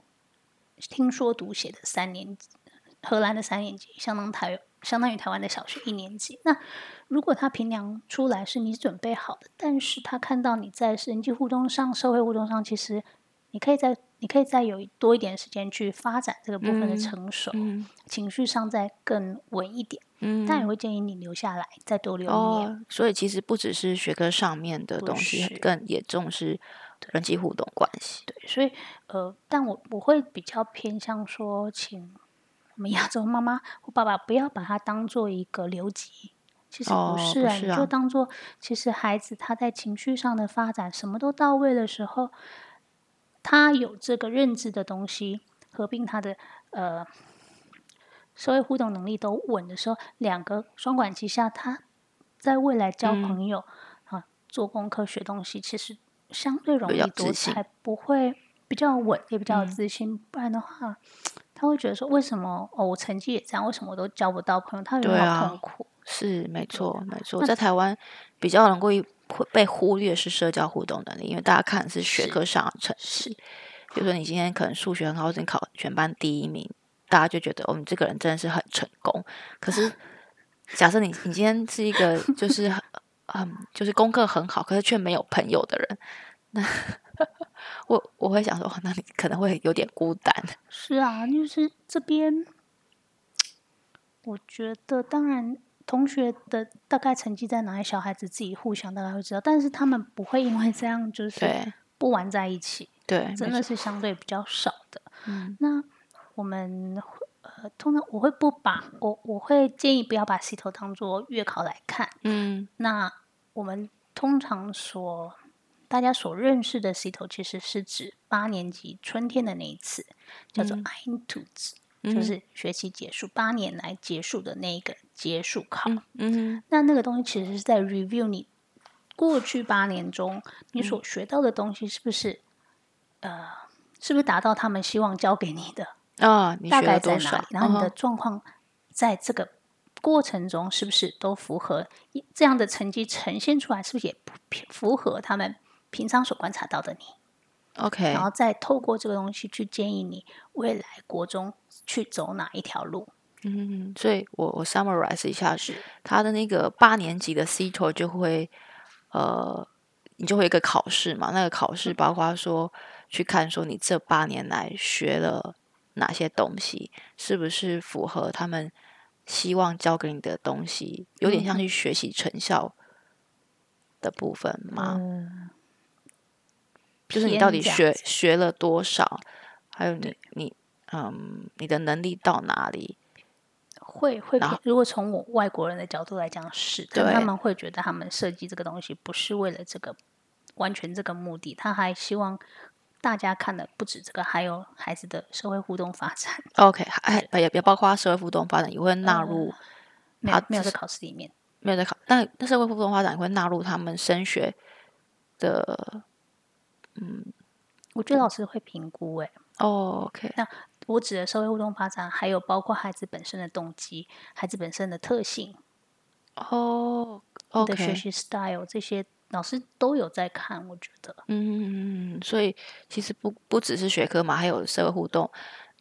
Speaker 2: 听说读写的三年级？荷兰的三年级相当台相当于台湾的小学一年级。那如果他评量出来是你准备好的，但是他看到你在人际互动上、社会互动上，其实你可以在你可以再有多一点时间去发展这个部分的
Speaker 1: 嗯
Speaker 2: 成熟，
Speaker 1: 嗯
Speaker 2: 情绪上再更稳一点。
Speaker 1: 嗯，
Speaker 2: 但也会建议你留下来，再多留一年。
Speaker 1: 哦，所以其实不只是学科上面的
Speaker 2: 不
Speaker 1: 东西
Speaker 2: 是，
Speaker 1: 更也重视人际互动关系。
Speaker 2: 对，所以呃，但我我会比较偏向说，请我们亚洲妈妈或爸爸不要把它当做一个留级，其实
Speaker 1: 哦
Speaker 2: 不是
Speaker 1: 不
Speaker 2: 啊，
Speaker 1: 是
Speaker 2: 你
Speaker 1: 啊
Speaker 2: 就当做其实孩子他在情绪上的发展什么都到位的时候，他有这个认知的东西，合并他的呃社会互动能力都稳的时候，两个双管齐下，他在未来交
Speaker 1: 嗯
Speaker 2: 朋友、啊、做功课、学东西，其实相对容
Speaker 1: 比
Speaker 2: 易
Speaker 1: 较
Speaker 2: 多，
Speaker 1: 自信
Speaker 2: 才不会比较稳，也比较有
Speaker 1: 嗯
Speaker 2: 自信。不然的话，他会觉得说，为什么哦，我成绩也这样，为什么我都交不到朋友？他会觉
Speaker 1: 对
Speaker 2: 得
Speaker 1: 啊
Speaker 2: 好痛苦。啊
Speaker 1: 是，没错，没错，
Speaker 2: 那
Speaker 1: 在台湾比较容易会被忽略是社交互动能力，因为大家看的是学
Speaker 2: 是
Speaker 1: 科上的成
Speaker 2: 是
Speaker 1: 绩。比如说你今天可能数学很好，或者你考全班第一名，大家就觉得哦，你这个人真的是很成功。可 是假设你你今天是一个就是很嗯就是功课很好，可是却没有朋友的人，那 我我会想说，哦那你可能会有点孤单。
Speaker 2: 是啊，就是这边，我觉得当然同学的大概成绩在哪里，小孩子自己互相大概会知道，但是他们不会因为这样就是
Speaker 1: 对
Speaker 2: 不玩在一起，
Speaker 1: 对，没
Speaker 2: 真的
Speaker 1: 错
Speaker 2: 是相对比较少的。
Speaker 1: 嗯
Speaker 2: 那我们会呃，通常我会不把我我会建议不要把系头当做月考来看。
Speaker 1: 嗯
Speaker 2: 那我们通常所大家所认识的系头，其实是指八年级春天的那一次，叫做
Speaker 1: 嗯
Speaker 2: i n t u s
Speaker 1: 嗯，
Speaker 2: 就是学期结束八年来结束的那一个结束考。
Speaker 1: 嗯嗯
Speaker 2: 那那个东西其实是在 review 你过去八年中
Speaker 1: 嗯
Speaker 2: 你所学到的东西是不是、呃是不是达到他们希望教给你的，
Speaker 1: 啊，你
Speaker 2: 大
Speaker 1: 学
Speaker 2: 概
Speaker 1: 了
Speaker 2: 在
Speaker 1: 多
Speaker 2: 哪里
Speaker 1: 少？，
Speaker 2: 然后你的
Speaker 1: 嗯哼
Speaker 2: 状况在这个过程中是不是都符合这样的成绩呈现出来，是不是也不符合他们平常所观察到的你？
Speaker 1: OK，
Speaker 2: 然后再透过这个东西去建议你未来国中去走哪一条路。
Speaker 1: 嗯，所以我我 summarize 一下，
Speaker 2: 是
Speaker 1: 他的那个八年级的 C t o 就会，呃，你就会有一个考试嘛，那个考
Speaker 2: 嗯
Speaker 1: 试包括说去看说你这八年来学了哪些东西，是不是符合他们希望教给你的东西，有点像是
Speaker 2: 嗯
Speaker 1: 学习成效的部分嘛，
Speaker 2: 嗯，
Speaker 1: 就是你
Speaker 2: 偏
Speaker 1: 到底
Speaker 2: 这样
Speaker 1: 学
Speaker 2: 子
Speaker 1: 学了多少，还有你你嗯你的能力到哪里，
Speaker 2: 会会
Speaker 1: 然
Speaker 2: 偏
Speaker 1: 后，
Speaker 2: 如果从我外国人的角度来讲是，可能他
Speaker 1: 对
Speaker 2: 们会觉得他们设计这个东西不是为了这个完全这个目的，他还希望大家看的不止这个，还有孩子的社会互动发展，
Speaker 1: OK，还还也也包括社会互动发展也会纳
Speaker 2: 呃
Speaker 1: 入，
Speaker 2: 没有
Speaker 1: 好
Speaker 2: 没有
Speaker 1: 这
Speaker 2: 在
Speaker 1: 是
Speaker 2: 考试里面。
Speaker 1: 没有在考，但但社会互动发展也会纳入他们升学的。
Speaker 2: 我觉得老师会评估、欸，
Speaker 1: 哦、OK，
Speaker 2: 我指的社会互动发展，还有包括孩子本身的动机、孩子本身的特性、
Speaker 1: 哦、
Speaker 2: 你
Speaker 1: o
Speaker 2: 的学
Speaker 1: k
Speaker 2: 习 style 这些，老师都有在看，我觉得。
Speaker 1: 嗯，所以其实不不只是学科嘛，还有社会互动，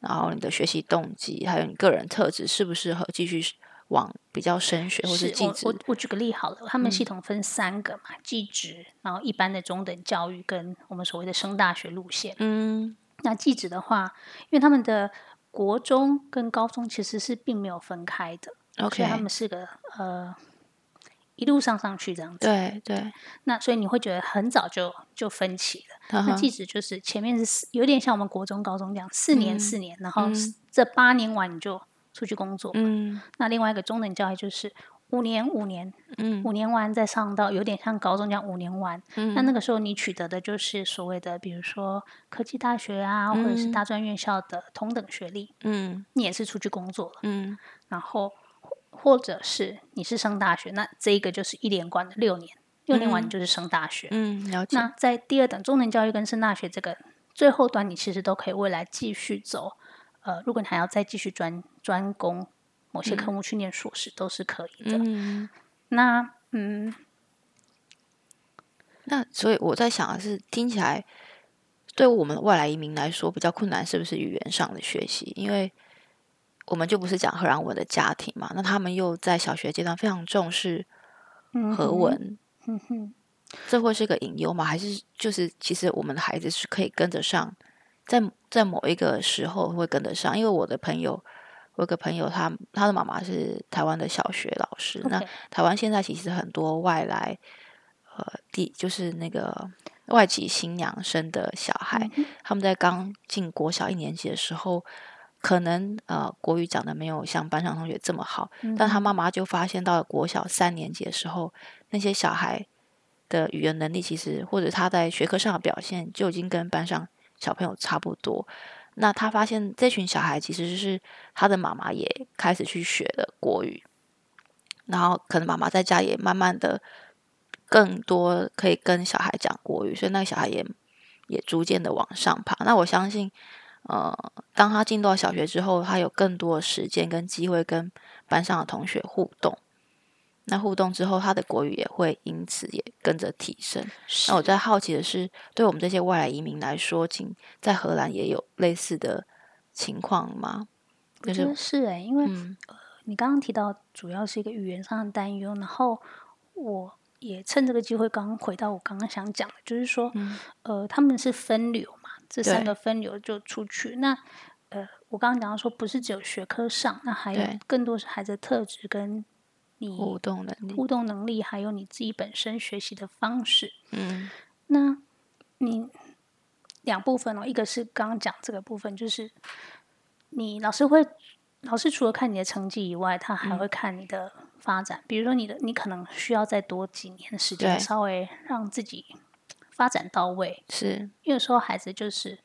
Speaker 1: 然后你的学习动机，还有你个人特质适不适合继续往比较升学或
Speaker 2: 是嗯
Speaker 1: 技
Speaker 2: 我
Speaker 1: 职
Speaker 2: 我我举个例好了，他们系统分三个嘛，技职，然后一般的中等教育跟我们所谓的升大学路线。
Speaker 1: 嗯
Speaker 2: 那技职的话，因为他们的国中跟高中其实是并没有分开的所以他
Speaker 1: ，OK，
Speaker 2: 们是个呃一路上上去这样子。
Speaker 1: 对对，
Speaker 2: 那所以你会觉得很早就就分歧了。
Speaker 1: 哈
Speaker 2: 那
Speaker 1: 哈
Speaker 2: 技职就是前面是四有点像我们国中、高中这样四年
Speaker 1: 嗯
Speaker 2: 四年，然后
Speaker 1: 嗯
Speaker 2: 这八年完你就出去工作。
Speaker 1: 嗯
Speaker 2: 那另外一个中等教育就是五年五年
Speaker 1: 嗯
Speaker 2: 五年完再上到有点像高中这样五年完，
Speaker 1: 嗯，
Speaker 2: 那那个时候你取得的就是所谓的比如说科技大学啊，或者是
Speaker 1: 嗯
Speaker 2: 大专院校的同等学历，
Speaker 1: 嗯
Speaker 2: 你也是出去工作了，
Speaker 1: 嗯
Speaker 2: 然后或或者是你是升大学，那这一个就是一连贯的六年，六年完你就是升大学。
Speaker 1: 嗯，了解。
Speaker 2: 那在第二等中等教育跟升大学这个最后端，你其实都可以未来继续走。呃，如果你还要再继续专专攻某些科目去念硕士，都是可以的。
Speaker 1: 嗯，
Speaker 2: 那嗯，
Speaker 1: 那所以我在想的是，听起来对我们外来移民来说比较困难，是不是语言上的学习？因为我们就不是讲荷兰文的家庭嘛，那他们又在小学阶段非常重视
Speaker 2: 嗯
Speaker 1: 荷
Speaker 2: 哼，
Speaker 1: 文，
Speaker 2: 嗯哼，
Speaker 1: 这会是个隐忧吗？还是就是其实我们的孩子是可以跟得上，在在某一个时候会跟得上？因为我的朋友，我有个朋友他他的妈妈是台湾的小学老师，那
Speaker 2: OK
Speaker 1: 台湾现在其实很多外来，呃，地就是那个外籍新娘生的小孩，他们在刚进国小一年级的时候，可能呃国语讲的没有像班上同学这么好，但他妈妈就发现到了国小三年级的时候，那些小孩的语言能力其实或者他在学科上的表现就已经跟班上小朋友差不多。那他发现这群小孩其实是他的妈妈也开始去学了国语，然后可能妈妈在家也慢慢的更多可以跟小孩讲国语，所以那个小孩也也逐渐的往上爬。那我相信，呃，当他进到小学之后，他有更多的时间跟机会跟班上的同学互动。那互动之后，他的国语也会因此也跟着提升。
Speaker 2: 是
Speaker 1: 那我在好奇的是，对我们这些外来移民来说，请在荷兰也有类似的情况吗？
Speaker 2: 我
Speaker 1: 就
Speaker 2: 觉得
Speaker 1: 是，
Speaker 2: 是诶、因为
Speaker 1: 嗯
Speaker 2: 你刚刚提到主要是一个语言上的担忧，然后我也趁这个机会刚回到我刚刚想讲的，就是说，
Speaker 1: 嗯
Speaker 2: 呃，他们是分流嘛，这
Speaker 1: 对
Speaker 2: 三个分流就出去。那呃，我刚刚讲到说，不是只有学科上，那还有
Speaker 1: 对
Speaker 2: 更多是孩子的特质跟你
Speaker 1: 互动能力，
Speaker 2: 互动能力，还有你自己本身学习的方式。
Speaker 1: 嗯
Speaker 2: 那你两部分哦，一个是刚刚讲这个部分，就是你老师会，老师除了看你的成绩以外，他
Speaker 1: 嗯
Speaker 2: 还会看你的发展。比如说你的，你可能需要再多几年的时间，
Speaker 1: 对
Speaker 2: 稍微让自己发展到位。
Speaker 1: 是，
Speaker 2: 因为有时候孩子就是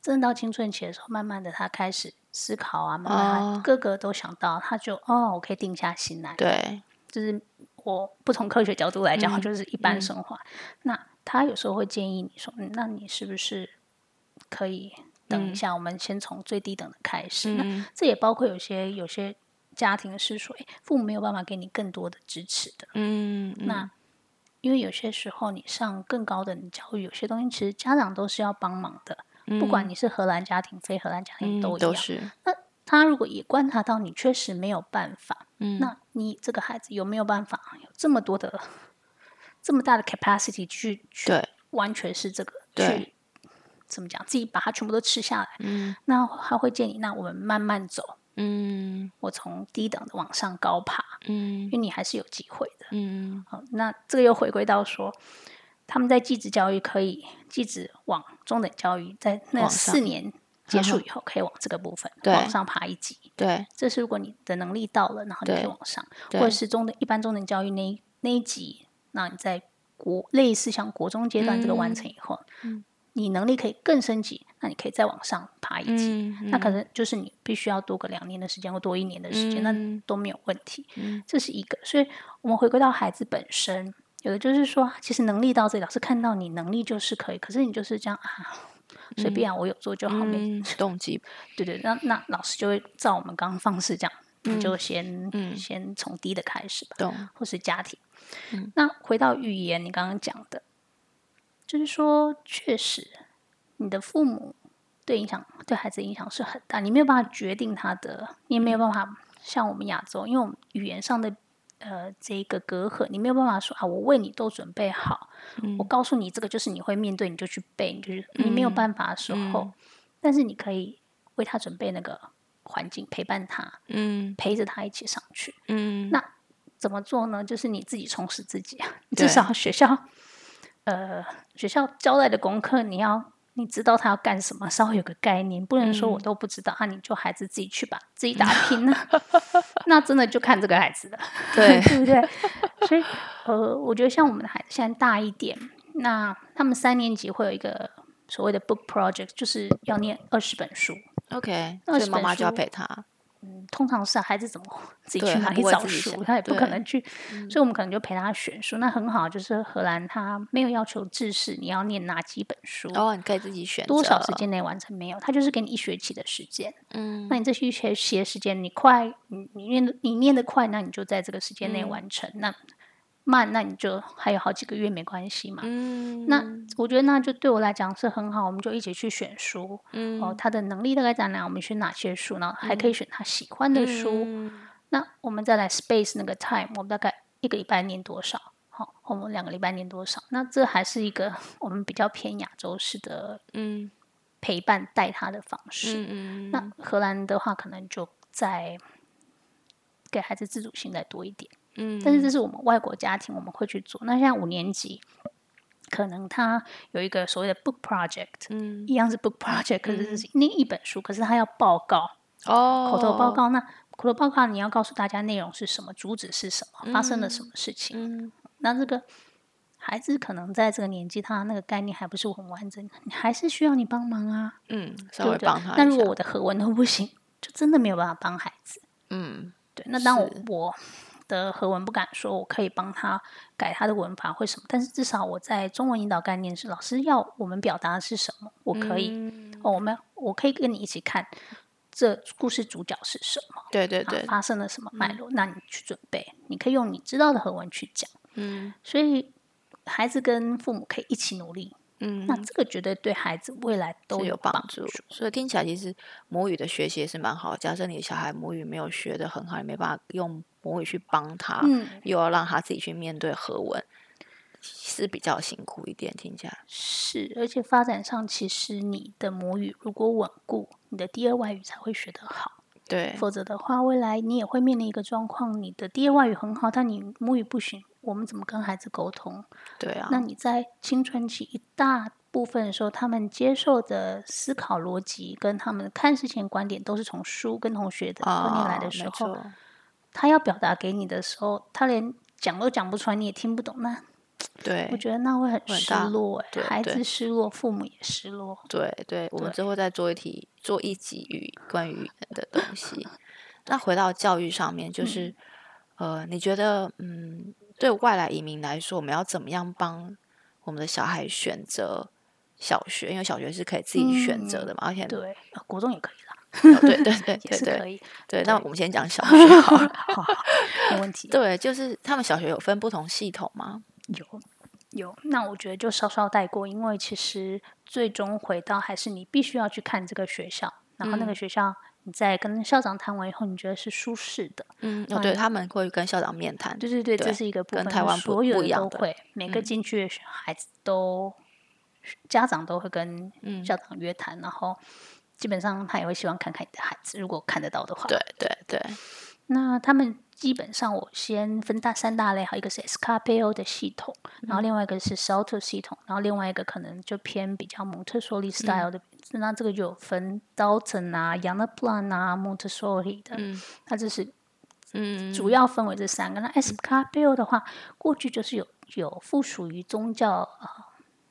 Speaker 2: 真的到青春期的时候，慢慢的他开始思考啊，慢慢
Speaker 1: 哦
Speaker 2: 他各个都想到，他就哦，我可以定下心来。
Speaker 1: 对，
Speaker 2: 就是我不从科学角度来讲，
Speaker 1: 嗯
Speaker 2: 就是一般
Speaker 1: 嗯
Speaker 2: 生活。那他有时候会建议你说，嗯，那你是不是可以等一
Speaker 1: 嗯
Speaker 2: 下？我们先从最低等的开始。那
Speaker 1: 嗯
Speaker 2: 这也包括有些有些家庭是说，哎，父母没有办法给你更多的支持的，
Speaker 1: 嗯，
Speaker 2: 那
Speaker 1: 嗯
Speaker 2: 因为有些时候你上更高等的教育，有些东西其实家长都是要帮忙的，不管你是荷兰家庭、非荷兰家
Speaker 1: 嗯
Speaker 2: 庭都一
Speaker 1: 都
Speaker 2: 样。
Speaker 1: 是，
Speaker 2: 他如果也观察到你确实没有办法，
Speaker 1: 嗯
Speaker 2: 那你这个孩子有没有办法有这么多的、这么大的 capacity 去去
Speaker 1: 对，
Speaker 2: 完全是这个
Speaker 1: 对
Speaker 2: 去怎么讲，自己把它全部都吃下来？
Speaker 1: 嗯
Speaker 2: 那他会建议，那我们慢慢走，
Speaker 1: 嗯
Speaker 2: 我从低等的往上高爬，因
Speaker 1: 嗯
Speaker 2: 为你还是有机会的。
Speaker 1: 嗯
Speaker 2: 好，那这个又回归到说，他们在继职教育可以继职往中等教育，在那
Speaker 1: 往上嗯
Speaker 2: 四年结束以后，可以往这个部分
Speaker 1: 对
Speaker 2: 往上爬一级。
Speaker 1: 对
Speaker 2: 这是如果你的能力到了，然后你可以
Speaker 1: 对
Speaker 2: 往上，或者
Speaker 1: 对，
Speaker 2: 是中等一般中等教育那一那一级，那你在国类似像国中阶段这个完成以后，
Speaker 1: 嗯
Speaker 2: 你能力可以更升级，那你可以再往上爬一级。
Speaker 1: 嗯
Speaker 2: 那可
Speaker 1: 嗯
Speaker 2: 能就是你必须要多个两年的时间，或多一年的时间，
Speaker 1: 嗯
Speaker 2: 那都没有问题。
Speaker 1: 嗯
Speaker 2: 这是一个。所以我们回归到孩子本身，有的就是说，其实能力到这里，老师看到你能力就是可以，可是你就是这样啊，随便、啊、我有做就好，没
Speaker 1: 嗯，动机，
Speaker 2: 对对，那那老师就会照我们刚刚方式讲，你就先、
Speaker 1: 嗯
Speaker 2: 先从低的开始吧，
Speaker 1: 懂，
Speaker 2: 或是家庭。
Speaker 1: 嗯
Speaker 2: 那回到语言，你刚刚讲的，就是说，确实你的父母对影响对孩子影响是很大，你没有办法决定他的，你也没有办法像我们亚洲，因为我们语言上的。呃，这一个隔阂，你没有办法说啊，我为你都准备好，我告诉你这个就是你会面对，你就去背，你就是你没有办法的时候，但是你可以为他准备那个环境，陪伴他，
Speaker 1: 嗯
Speaker 2: 陪着他一起上去。
Speaker 1: 嗯，
Speaker 2: 那怎么做呢？就是你自己充实自己啊，
Speaker 1: 对
Speaker 2: 至少学校，呃，学校交代的功课你要你知道他要干什么，稍微有个概念，不能说我
Speaker 1: 嗯
Speaker 2: 都不知道、啊，你就孩子自己去吧，自 己打拼啊， 那真的就看这个孩子了。
Speaker 1: 对
Speaker 2: 对不对？所以呃，我觉得像我们的孩子现在大一点，那他们三年级会有一个所谓的 book project，就是要念二十本书。
Speaker 1: ，OK，
Speaker 2: 那
Speaker 1: 所以妈
Speaker 2: 本
Speaker 1: 妈就要
Speaker 2: 书
Speaker 1: 陪他，
Speaker 2: 嗯，通常是啊孩子怎么自己
Speaker 1: 对
Speaker 2: 去
Speaker 1: 他
Speaker 2: 哪
Speaker 1: 不
Speaker 2: 里
Speaker 1: 会
Speaker 2: 找
Speaker 1: 自己
Speaker 2: 书，
Speaker 1: 想
Speaker 2: 他也不可
Speaker 1: 对嗯
Speaker 2: 能去，所以我们可能就陪他选书。那很好，就是荷兰他没有要求制式，你要念哪几本书。
Speaker 1: 然哦后你可以自己选
Speaker 2: 多少时
Speaker 1: 择？
Speaker 2: 间内完成没有？他就是给你一学期的时间。
Speaker 1: 嗯
Speaker 2: 那你这些学习的时间，你快，你你念得你念得快，那你就在这个时间内
Speaker 1: 嗯
Speaker 2: 完成。那慢，那你就还有好几个月没关系嘛。
Speaker 1: 嗯，
Speaker 2: 那我觉得那就对我来讲是很好，我们就一起去选书、
Speaker 1: 嗯
Speaker 2: 哦。他的能力大概在哪？我们选哪些书呢？还可以选他喜欢的书。
Speaker 1: 嗯
Speaker 2: 那我们再来 space 那个 time，我们大概一个礼拜念多少？好，我们两个礼拜念多少？那这还是一个我们比较偏亚洲式的
Speaker 1: 嗯
Speaker 2: 陪伴带他的方式。
Speaker 1: 嗯嗯
Speaker 2: 那荷兰的话，可能就在给孩子自主性再多一点。
Speaker 1: 嗯，
Speaker 2: 但是这是我们外国家庭我们会去做。那现在五年级，可能他有一个所谓的 book project，、
Speaker 1: 嗯
Speaker 2: 一样是 book project，可是是那一本书，可是他要报告
Speaker 1: 哦，
Speaker 2: 口头报，告。那口头报告你要告诉大家内容是什么，主旨是什么，发生了什么事情。
Speaker 1: 嗯
Speaker 2: 那这个孩子可能在这个年纪，他那个概念还不是很完整，还是需要你帮忙啊。
Speaker 1: 嗯，稍
Speaker 2: 对
Speaker 1: 微
Speaker 2: 不对
Speaker 1: 帮他一下，
Speaker 2: 那如果我的和文都不行，就真的没有办法帮孩子。
Speaker 1: 嗯
Speaker 2: 对，那当我
Speaker 1: 是
Speaker 2: 我的和文不敢说，我可以帮他改他的文法或什么，但是至少我在中文引导概念是老师要我们表达的是什么，我可以、
Speaker 1: 嗯
Speaker 2: 哦，我们我可以跟你一起看这故事主角是什么，
Speaker 1: 对对
Speaker 2: 啊
Speaker 1: 对，嗯
Speaker 2: 发生了什么脉络，那你去准备，你可以用你知道的和文去讲，
Speaker 1: 嗯
Speaker 2: 所以孩子跟父母可以一起努力，
Speaker 1: 嗯，
Speaker 2: 那这个绝对对孩子未来都
Speaker 1: 是有
Speaker 2: 帮
Speaker 1: 帮助。所以听起来其实母语的学习也是蛮好。假设你的小孩母语没有学的很好，也没办法用母语去帮他，
Speaker 2: 嗯，
Speaker 1: 又要让他自己去面对和文，是比较辛苦一点。听起来，
Speaker 2: 是，而且发展上，其实你的母语如果稳固，你的第二外语才会学得好。
Speaker 1: 对，
Speaker 2: 否则的话，未来你也会面临一个状况：你的第二外语很好，但你母语不行，我们怎么跟孩子沟通？
Speaker 1: 对啊，
Speaker 2: 那你在青春期一大部分的时候，他们接受的思考逻辑跟他们看事情的观点都是从书跟同学的观念来
Speaker 1: 啊
Speaker 2: 的
Speaker 1: 没
Speaker 2: 时候，
Speaker 1: 错
Speaker 2: 他要表达给你的时候，他连讲都讲不出来，你也听不懂，那我
Speaker 1: 对
Speaker 2: 觉得那会很
Speaker 1: 很
Speaker 2: 失
Speaker 1: 大
Speaker 2: 落欸、
Speaker 1: 对
Speaker 2: 孩
Speaker 1: 对
Speaker 2: 子失落，父母也失落。
Speaker 1: 对对，我们
Speaker 2: 对
Speaker 1: 之后再做一题，做一集语关于语言的东西。那回到教育上面，
Speaker 2: 嗯
Speaker 1: 就是、呃，你觉得嗯，对外来移民来说，我们要怎么样帮我们的小孩选择小学？因为小学是可以自己选择的嘛，而且哦
Speaker 2: 对，呃国中也可以啦，
Speaker 1: 对对对
Speaker 2: 也
Speaker 1: 对
Speaker 2: 是可
Speaker 1: 对
Speaker 2: 以，
Speaker 1: 对。那
Speaker 2: 对
Speaker 1: 我们先讲小学好了。
Speaker 2: 好好好，没问题。
Speaker 1: 对，就是他们小学有分不同系统吗？
Speaker 2: 有有，那我觉得就稍稍带过，因为其实最终回到还是你必须要去看这个学校，然后
Speaker 1: 嗯
Speaker 2: 那个学校你在跟校长谈完以后，你觉得是舒适的。
Speaker 1: 嗯，哦，对，他们会跟校长面谈。
Speaker 2: 对对对，这
Speaker 1: 对
Speaker 2: 是一个部
Speaker 1: 跟
Speaker 2: 分，
Speaker 1: 台
Speaker 2: 就
Speaker 1: 湾不
Speaker 2: 所有
Speaker 1: 不一
Speaker 2: 的
Speaker 1: 样
Speaker 2: 都
Speaker 1: 的
Speaker 2: 会，每个
Speaker 1: 嗯
Speaker 2: 进去的学孩子都家长都会跟
Speaker 1: 嗯
Speaker 2: 校长约谈，然后基本上他也会希望看看你的孩子，如果看得到的话。
Speaker 1: 对对对，
Speaker 2: 那他们基本上我先分大三大类，好，一个是 Escapeo 的系统，
Speaker 1: 嗯
Speaker 2: 然后另外一个是 s h e l t e r 系统，然后另外一个可能就偏比较蒙特梭利
Speaker 1: 嗯
Speaker 2: style 的。那这个就有分 Dalton 啊、Yanaplan 啊、蒙特梭利的，
Speaker 1: 嗯
Speaker 2: 那这是
Speaker 1: 嗯，
Speaker 2: 主要分为这三个。那 Escapeo 的话，过去就是有有附属于宗教呃，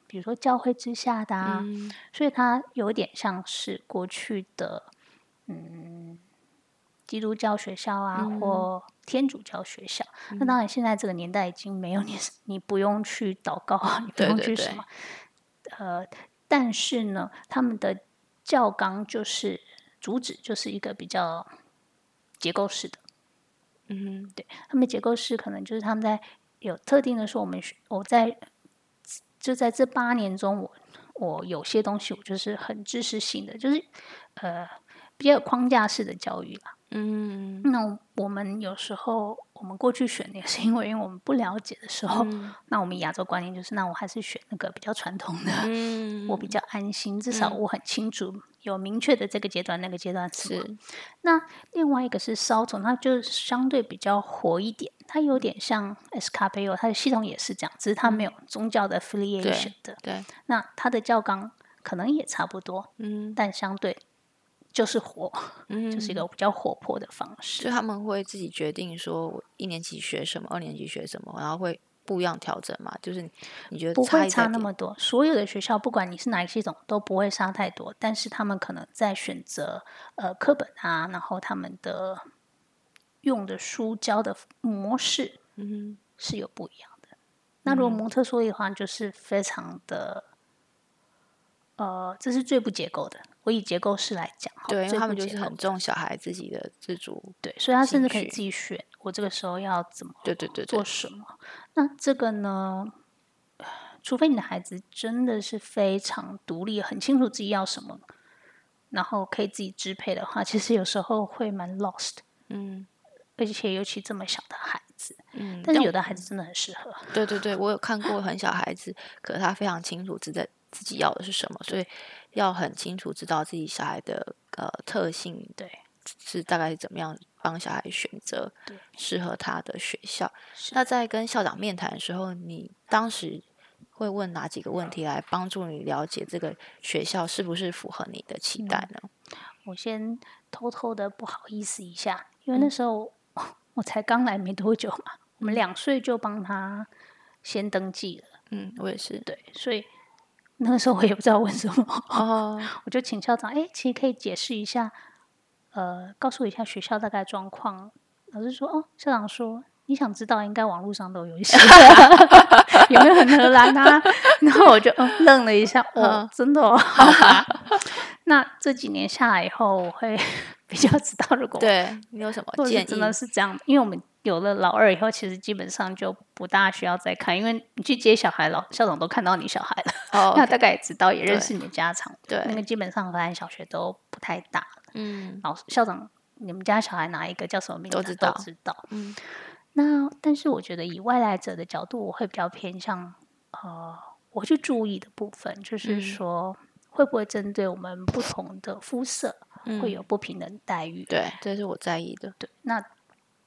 Speaker 2: 比如说教会之下的啊，
Speaker 1: 嗯
Speaker 2: 所以它有点像是过去的嗯基督教学校啊，
Speaker 1: 嗯
Speaker 2: 或天主教学校。那当然，现在这个年代已经没有你， 你不用去祷告啊，你不
Speaker 1: 对
Speaker 2: 用
Speaker 1: 对
Speaker 2: 去
Speaker 1: 对
Speaker 2: 什么，呃，但是呢，他们的教纲就是主旨就是一个比较结构式的。
Speaker 1: 嗯哼
Speaker 2: 他们结构师可能就是他们在有特定的说，我们学我在就在这八年中我，我有些东西我就是很知识性的，就是呃比较有框架式的教育啦。
Speaker 1: 嗯。
Speaker 2: 那我们有时候我们过去选也是因为因为我们不了解的时候，那我们亚洲观念就是，那我还是选那个比较传统的，
Speaker 1: 嗯，
Speaker 2: 我比较安心，至少我很清楚、有明确的这个阶段那个阶段是什么。
Speaker 1: 是，
Speaker 2: 那另外一个是烧虫，它就是相对比较活一点，它有点像 S 卡
Speaker 1: 嗯
Speaker 2: 贝 o 它的系统也是这样，只是它没有宗教的 affiliation 的。
Speaker 1: 对，
Speaker 2: 那它的教纲可能也差不多，
Speaker 1: 嗯
Speaker 2: 但相对就是活，
Speaker 1: 嗯，
Speaker 2: 就是一个比较活泼的方式。
Speaker 1: 就他们会自己决定说，我一年级学什么，二年级学什么，然后会不一样调整嘛。就是你你觉得
Speaker 2: 不
Speaker 1: 差
Speaker 2: 会
Speaker 1: 异在
Speaker 2: 差那
Speaker 1: 点
Speaker 2: 么多。所有的学校，不管你是哪一系统，都不会差太多。但是他们可能在选择呃课本啊，然后他们的用的书教的模式
Speaker 1: 嗯
Speaker 2: 是有不一样的。那如果蒙特梭利的话，就是非常的，呃，这是最不结构的。我以结构式来讲哈，
Speaker 1: 哼，对，因
Speaker 2: 最
Speaker 1: 为他
Speaker 2: 不
Speaker 1: 们就
Speaker 2: 结
Speaker 1: 是
Speaker 2: 构
Speaker 1: 很重小孩自己的自主，
Speaker 2: 对，所以他甚至可以
Speaker 1: 兴趣
Speaker 2: 自己选我这个时候要怎么
Speaker 1: 对对对对
Speaker 2: 做，什么？那这个呢？除非你的孩子真的是非常独立，很清楚自己要什么，然后可以自己支配的话，其实有时候会蛮 lost，
Speaker 1: 嗯
Speaker 2: 而且尤其这么小的孩子。
Speaker 1: 嗯。
Speaker 2: 但是
Speaker 1: 我
Speaker 2: 有的孩子真的很适合，
Speaker 1: 对对对，我有看过很小孩子，可是他非常清楚知道自己要的是什么，所以要很清楚知道自己小孩的呃特性
Speaker 2: 对，
Speaker 1: 是大概是怎么样，帮小孩选择
Speaker 2: 对
Speaker 1: 适合他的学校。
Speaker 2: 是
Speaker 1: 那在跟校长面谈的时候，你当时会问哪几个问题来帮助你了解这个学校是不是符合你的期待呢？
Speaker 2: 我先偷偷的不好意思一下，因为那时候、我才刚来没多久嘛，我们两岁就帮他先登记了，
Speaker 1: 嗯，我也是。
Speaker 2: 对，所以那个时候我也不知道问什么，
Speaker 1: 哦，
Speaker 2: 我就请校长，哎，其实可以解释一下，呃，告诉我一下学校大概状况。老师说，哦，校长说你想知道，应该网络上都有 一些， 有没有很荷兰啊？然后我就嗯愣了一下，哦
Speaker 1: 嗯，
Speaker 2: 真 的哦，好吧。 那这几年下来以后，我会 比较知道，如果
Speaker 1: 对你有什
Speaker 2: 或
Speaker 1: 么
Speaker 2: 者是
Speaker 1: 建
Speaker 2: 真
Speaker 1: 议？
Speaker 2: 的是这样，因为我们有了老二以后，其实基本上就不大需要再看，因为你去接小孩，老校长都看到你小孩了。
Speaker 1: 哦
Speaker 2: 那大概也知道，也认
Speaker 1: 对
Speaker 2: 识你的家长。
Speaker 1: 对
Speaker 2: 那个基本上荷兰小学都不太大。
Speaker 1: 嗯
Speaker 2: 老师校长，你们家小孩哪一个叫什么名字
Speaker 1: 都
Speaker 2: 啊
Speaker 1: 知道
Speaker 2: 都知道。
Speaker 1: 嗯
Speaker 2: 那但是我觉得以外来者的角度，我会比较偏向呃，我去注意的部分，就是
Speaker 1: 嗯
Speaker 2: 说、会不会针对我们不同的肤色
Speaker 1: 嗯，
Speaker 2: 会有不平等待遇？
Speaker 1: 对，这是我在意的。
Speaker 2: 对，那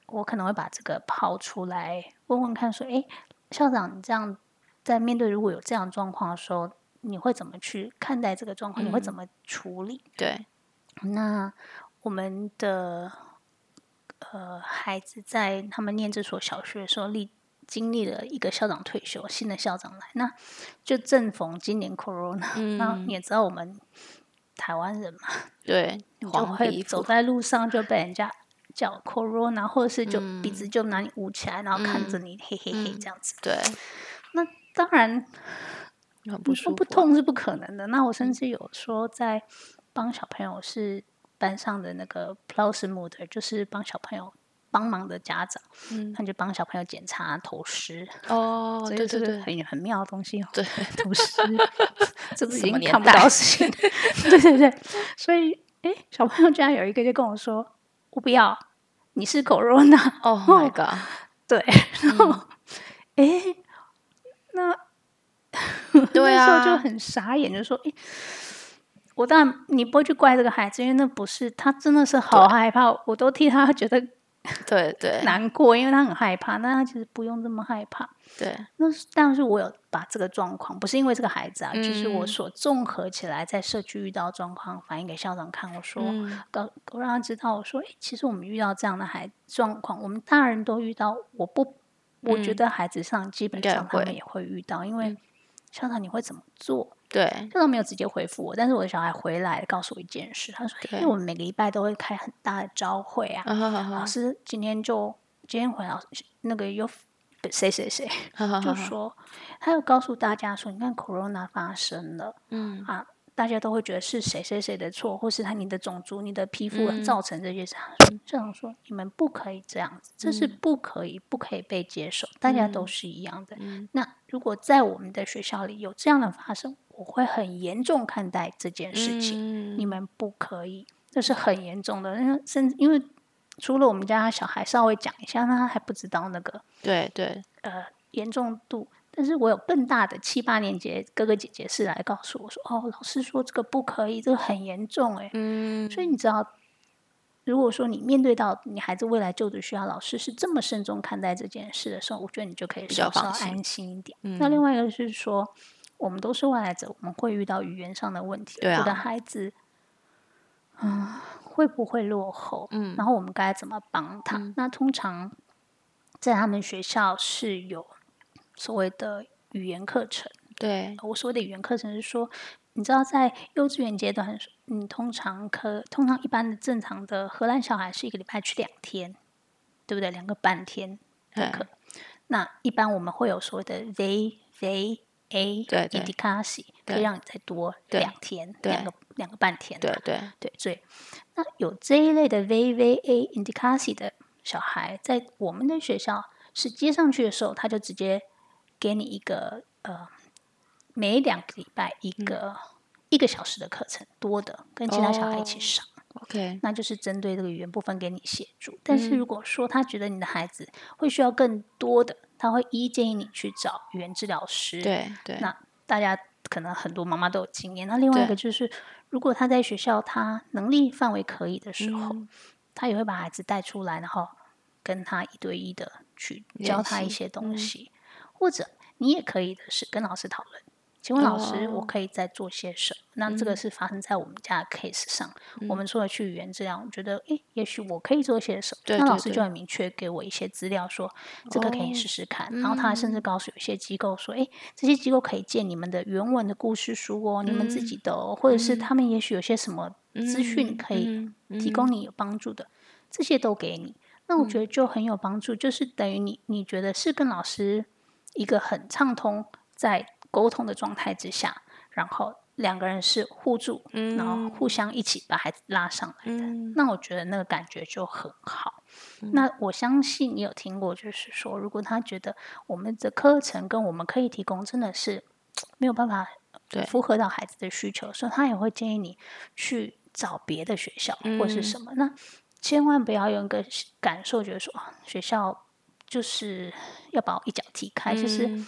Speaker 2: 我可能会把这个抛出来，问问看，说，哎，校长，你这样在面对如果有这样的状况的时候，你会怎么去看待这个状
Speaker 1: 嗯
Speaker 2: 况？你会怎么处理？
Speaker 1: 对，
Speaker 2: 那我们的呃孩子在他们念这所小学的时候历经历了一个校长退休，新的校长来，那就正逢今年 corona，、那
Speaker 1: 嗯
Speaker 2: 你，也知道我们台湾人嘛。
Speaker 1: 对，
Speaker 2: 你就
Speaker 1: 黄皮
Speaker 2: 会走
Speaker 1: 肤，
Speaker 2: 在路上就被人家叫 corona，或者是就鼻
Speaker 1: 嗯
Speaker 2: 子就拿你捂起来，然后看着你、嘿嘿嘿
Speaker 1: 嗯
Speaker 2: 这样子。
Speaker 1: 对，
Speaker 2: 当然，
Speaker 1: 嗯很不
Speaker 2: 不
Speaker 1: 舒服。啊嗯
Speaker 2: 不痛是不可能的。那我甚至有说在帮小朋友是班上的那个 plus mother，就是帮小朋友帮忙的家长，
Speaker 1: 嗯，
Speaker 2: 他就帮小朋友检查头虱，
Speaker 1: 哦，
Speaker 2: 所以
Speaker 1: 对
Speaker 2: 这
Speaker 1: 对
Speaker 2: 个
Speaker 1: 对，
Speaker 2: 很很妙的东西哦。
Speaker 1: 对，
Speaker 2: 头虱，这个已
Speaker 1: 什么
Speaker 2: 经
Speaker 1: 年
Speaker 2: 看不
Speaker 1: 代
Speaker 2: 到事情。 对对对，所以诶，小朋友居然有一个就跟我说：“我不要，你是狗肉呢
Speaker 1: 哦，My God，？”
Speaker 2: 对，然后诶，那
Speaker 1: 对
Speaker 2: 那时候就
Speaker 1: 啊
Speaker 2: 很傻眼，就说：“诶，我当然你不会去怪这个孩子，因为那不是他，真的是
Speaker 1: 啊
Speaker 2: 好害怕，我都替他觉得
Speaker 1: 对 对
Speaker 2: 难过，因为他很害怕。那他其实不用这么害怕。”
Speaker 1: 对，
Speaker 2: 那是，但是我有把这个状况，不是因为这个孩子啊，就是我
Speaker 1: 嗯
Speaker 2: 所综合起来在社区遇到的状况，反映给校长看，我说，
Speaker 1: 嗯
Speaker 2: 告我让他知道，我说，诶，其实我们遇到这样的孩状况，我们大人都遇到，我不，我觉
Speaker 1: 嗯
Speaker 2: 得孩子上基本
Speaker 1: 该
Speaker 2: 上他们
Speaker 1: 会嗯
Speaker 2: 也会遇到，因为校长你会怎么做？
Speaker 1: 对，
Speaker 2: 校长没有直接回复我，但是我的小孩回来告诉我一件事，他说，因为
Speaker 1: 对
Speaker 2: 我们每个礼拜都会开很大的招会啊，
Speaker 1: 啊哈哈
Speaker 2: 老
Speaker 1: 哈
Speaker 2: 师今天就今天回来，那个有谁谁谁。
Speaker 1: 哈哈
Speaker 2: 就
Speaker 1: 哈哈，
Speaker 2: 说，他又告诉大家说，你看 corona 发生了
Speaker 1: 嗯
Speaker 2: 啊，大家都会觉得是谁谁谁的错，或是他你的种族、你的皮肤
Speaker 1: 嗯
Speaker 2: 造成这些事。校长说，你们不可以这样子，这
Speaker 1: 嗯
Speaker 2: 是不可以，不可以被接受，大家都是一样的。
Speaker 1: 嗯
Speaker 2: 那如果在我们的学校里有这样的发生，我会很严重看待这件事情。
Speaker 1: 情
Speaker 2: 你们不可以，这是很严重的。那甚至因为除了我们家小孩稍微讲一下，那他还不知道那个
Speaker 1: 对对，
Speaker 2: 呃严重度，但是我有更大的七八年级哥哥姐姐是来告诉我说，哦，老师说这个不可以，这个很严重欸诶。
Speaker 1: 嗯，
Speaker 2: 所以你知道，如果说你面对到你孩子未来就读学校，老师是这么慎重看待这件事的时候，我觉得你就可以
Speaker 1: 比较
Speaker 2: 稍稍
Speaker 1: 放心
Speaker 2: 安心一点。
Speaker 1: 嗯
Speaker 2: 那另外一个是说，我们都是外来者，我们会遇到语言上的问题。
Speaker 1: 对啊
Speaker 2: 我的孩子，嗯，会不会落后？
Speaker 1: 嗯
Speaker 2: 然后我们该怎么帮他？那通常在他们学校是有所谓的语言课程。
Speaker 1: 对，
Speaker 2: 我所谓的语言课程是说，你知道在幼稚园阶段，嗯，通常可通常一般的正常的荷兰小孩是一个礼拜去两天，对不对？两个半天的
Speaker 1: 对
Speaker 2: 课。那一般我们会有所谓的 they they a
Speaker 1: 对对
Speaker 2: i d i k a s i 可
Speaker 1: 对
Speaker 2: 以让你再多
Speaker 1: 对
Speaker 2: 两天，
Speaker 1: 对
Speaker 2: 两个两个半天嘛。
Speaker 1: 对对
Speaker 2: 对，所以那有这一类的 VVA i n d i c a s i 的小孩，在我们的学校是接上去的时候，他就直接给你一个呃，每两个礼拜一
Speaker 1: 嗯
Speaker 2: 个、一个小时的课程，多的跟其他小孩一起
Speaker 1: 哦
Speaker 2: 上。
Speaker 1: ，OK，
Speaker 2: 那就是针对这个语言部分给你协助。但
Speaker 1: 嗯
Speaker 2: 是如果说他觉得你的孩子会需要更多的，他会一一建议你去找语言治疗师。
Speaker 1: 对对
Speaker 2: 那大家可能很多妈妈都有经验。那另外一个就是，如果他在学校他能力范围可以的时候，
Speaker 1: 嗯
Speaker 2: 他也会把孩子带出来，然后跟他一对一的去
Speaker 1: 练
Speaker 2: 教他一
Speaker 1: 习
Speaker 2: 些东西，或者你也可以的是跟老师讨论。请问老师，我
Speaker 1: 哦嗯
Speaker 2: 可以再做些什么？那这个是发生在我们家的 case 上。我们除了去语言治疗，我觉得诶，也许我可以做些什么。
Speaker 1: 对
Speaker 2: 那
Speaker 1: 对
Speaker 2: 老师
Speaker 1: 对
Speaker 2: 就很明确给我一些资料说，这个可以
Speaker 1: 哦嗯
Speaker 2: 试试看。然后他还甚至告诉有些机构说，诶，这些机构可以借你们的原文的故事书哦，你们自己的、哦，或者是他们也许有些什么资讯可以
Speaker 1: 嗯嗯嗯
Speaker 2: 提供你有帮助的，这些都给你。那我觉得就很有帮助，就是等于你你觉得是跟老师一个很畅通在沟通的状态之下，然后两个人是互助，然后互相一起把孩子拉上来的。
Speaker 1: 嗯
Speaker 2: 那我觉得那个感觉就很好。那我相信你有听过，就是说，如果他觉得我们的课程跟我们可以提供真的是没有办法
Speaker 1: 对
Speaker 2: 符合到孩子的需求，所以他也会建议你去找别的学校或是
Speaker 1: 嗯
Speaker 2: 什么。那千万不要用一个感受，觉得说啊，学校就是要把我一脚踢开，就是
Speaker 1: 嗯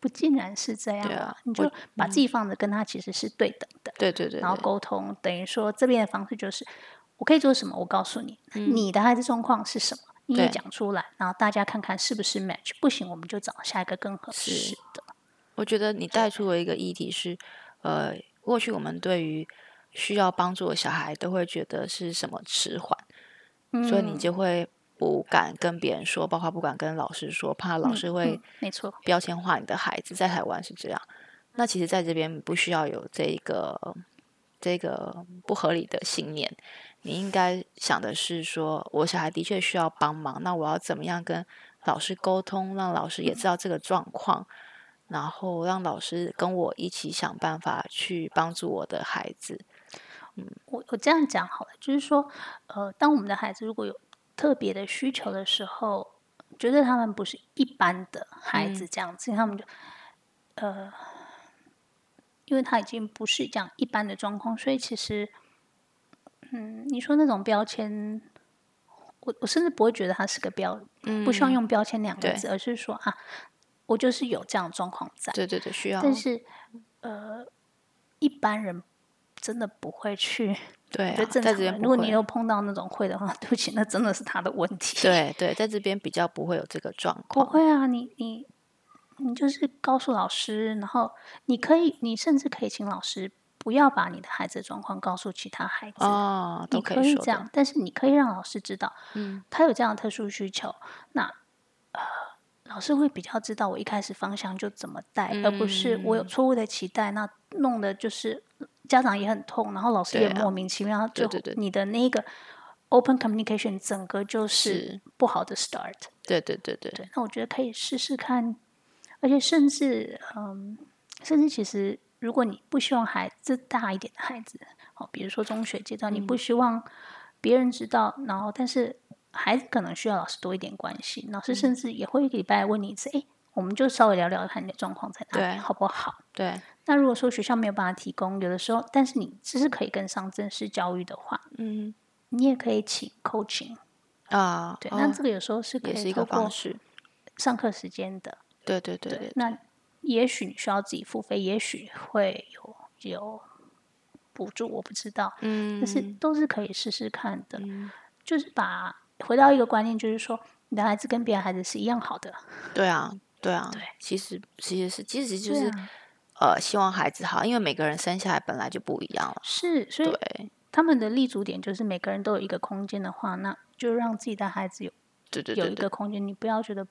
Speaker 2: 不尽然是这样
Speaker 1: 对
Speaker 2: 啊
Speaker 1: 啊
Speaker 2: 你就把自己放的跟他其实是对等的，
Speaker 1: 对对对，
Speaker 2: 然后
Speaker 1: 对
Speaker 2: 沟通，等于说这边的方式就是我可以做什么，我告诉你，你的孩子状况是什么，你也
Speaker 1: 嗯对
Speaker 2: 讲出来，然后大家看看是不是 match，不行我们就找下一个更合
Speaker 1: 是
Speaker 2: 适的。
Speaker 1: 我觉得你带出了一个议题是，呃，过去我们对于需要帮助的小孩都会觉得是什么迟缓，所以
Speaker 2: 嗯
Speaker 1: 你就会不敢跟别人说，包括不敢跟老师说，怕老师会
Speaker 2: 嗯，没错，
Speaker 1: 标签化你的孩子。在台湾是这样，那其实在这边不需要有这一个这个不合理的信念，你应该想的是说，我小孩的确需要帮忙，那我要怎么样跟老师沟通，让老师也知道这个状况，然后让老师跟我一起想办法去帮助我的孩子。
Speaker 2: 我我这样讲好了，就是说，呃，当我们的孩子如果有特别的需求的时候，觉得他们不是一般的孩
Speaker 1: 嗯
Speaker 2: 子这样子，他们就，呃，呃因为他已经不是这样一般的状况，所以其实，嗯，你说那种标签，我我甚至不会觉得他是个标，不希望用标签两个
Speaker 1: 嗯对
Speaker 2: 字，而是说啊，我就是有这样的状况在，
Speaker 1: 对对对，需要
Speaker 2: 但是，呃，一般人真的不会去。
Speaker 1: 对、
Speaker 2: 我
Speaker 1: 啊，
Speaker 2: 觉得正
Speaker 1: 在这
Speaker 2: 常
Speaker 1: 边
Speaker 2: 人
Speaker 1: 不
Speaker 2: 如果
Speaker 1: 会
Speaker 2: 你有碰到那种会的话，对不起，那真的是他的问题。，
Speaker 1: 对对，在这边比较不会有这个状
Speaker 2: 不
Speaker 1: 况。
Speaker 2: 会啊，你你你就是告诉老师，然后你可以，你甚至可以请老师不要把你的孩子的状况告诉其他孩子。
Speaker 1: 哦，
Speaker 2: 你
Speaker 1: 都
Speaker 2: 可
Speaker 1: 以
Speaker 2: 以
Speaker 1: 说
Speaker 2: 这
Speaker 1: 的，
Speaker 2: 样，但是你可以让老师知道，
Speaker 1: 嗯，
Speaker 2: 他有这样的特殊需求，那呃，老师会比较知道我一开始方向就怎么带，而不是我有
Speaker 1: 嗯
Speaker 2: 错误的期待，那弄的就是家长也很痛，然后老师也
Speaker 1: 对啊
Speaker 2: 莫名其妙，
Speaker 1: 对
Speaker 2: 就
Speaker 1: 对对
Speaker 2: 你的那个 open communication 整个就是
Speaker 1: 是
Speaker 2: 不好的 start。
Speaker 1: 对对对对，
Speaker 2: 对，那我觉得可以试试看，而且甚至嗯，甚至其实如果你不希望孩子大一点的孩子，哦，比如说中学阶段，
Speaker 1: 嗯
Speaker 2: 你不希望别人知道，然后但是孩子可能需要老师多一点关心，老师
Speaker 1: 嗯
Speaker 2: 甚至也会一个礼拜问你一次，哎、我们就稍微聊聊看你的状况在哪里，
Speaker 1: 对
Speaker 2: 好不好？
Speaker 1: 对，
Speaker 2: 那如果说学校没有办法提供，有的时候，但是你只是可以跟上正式教育的话，
Speaker 1: 嗯
Speaker 2: 你也可以请 coaching，
Speaker 1: 啊，
Speaker 2: 对，
Speaker 1: 哦
Speaker 2: 那这个有时候是可
Speaker 1: 也是
Speaker 2: 以
Speaker 1: 一
Speaker 2: 透
Speaker 1: 个方
Speaker 2: 过
Speaker 1: 式。
Speaker 2: 上课时间的。
Speaker 1: 对对对对，
Speaker 2: 那也许你需要自己付费，也许会有有补助，我不知道，
Speaker 1: 嗯
Speaker 2: 但是都是可以试试看的。就是把回到一个观念，就是说，你的孩子跟别的孩子是一样好的，
Speaker 1: 对啊，对啊，
Speaker 2: 对
Speaker 1: 其实其实是其实就
Speaker 2: 对
Speaker 1: 是、
Speaker 2: 啊
Speaker 1: 呃，希望孩子好，因为每个人生下来本来就不一样了，
Speaker 2: 是，所以
Speaker 1: 对
Speaker 2: 他们的立足点就是每个人都有一个空间的话，那就让自己的孩子有
Speaker 1: 对对
Speaker 2: 有
Speaker 1: 对
Speaker 2: 一
Speaker 1: 对
Speaker 2: 个空间，你不要觉得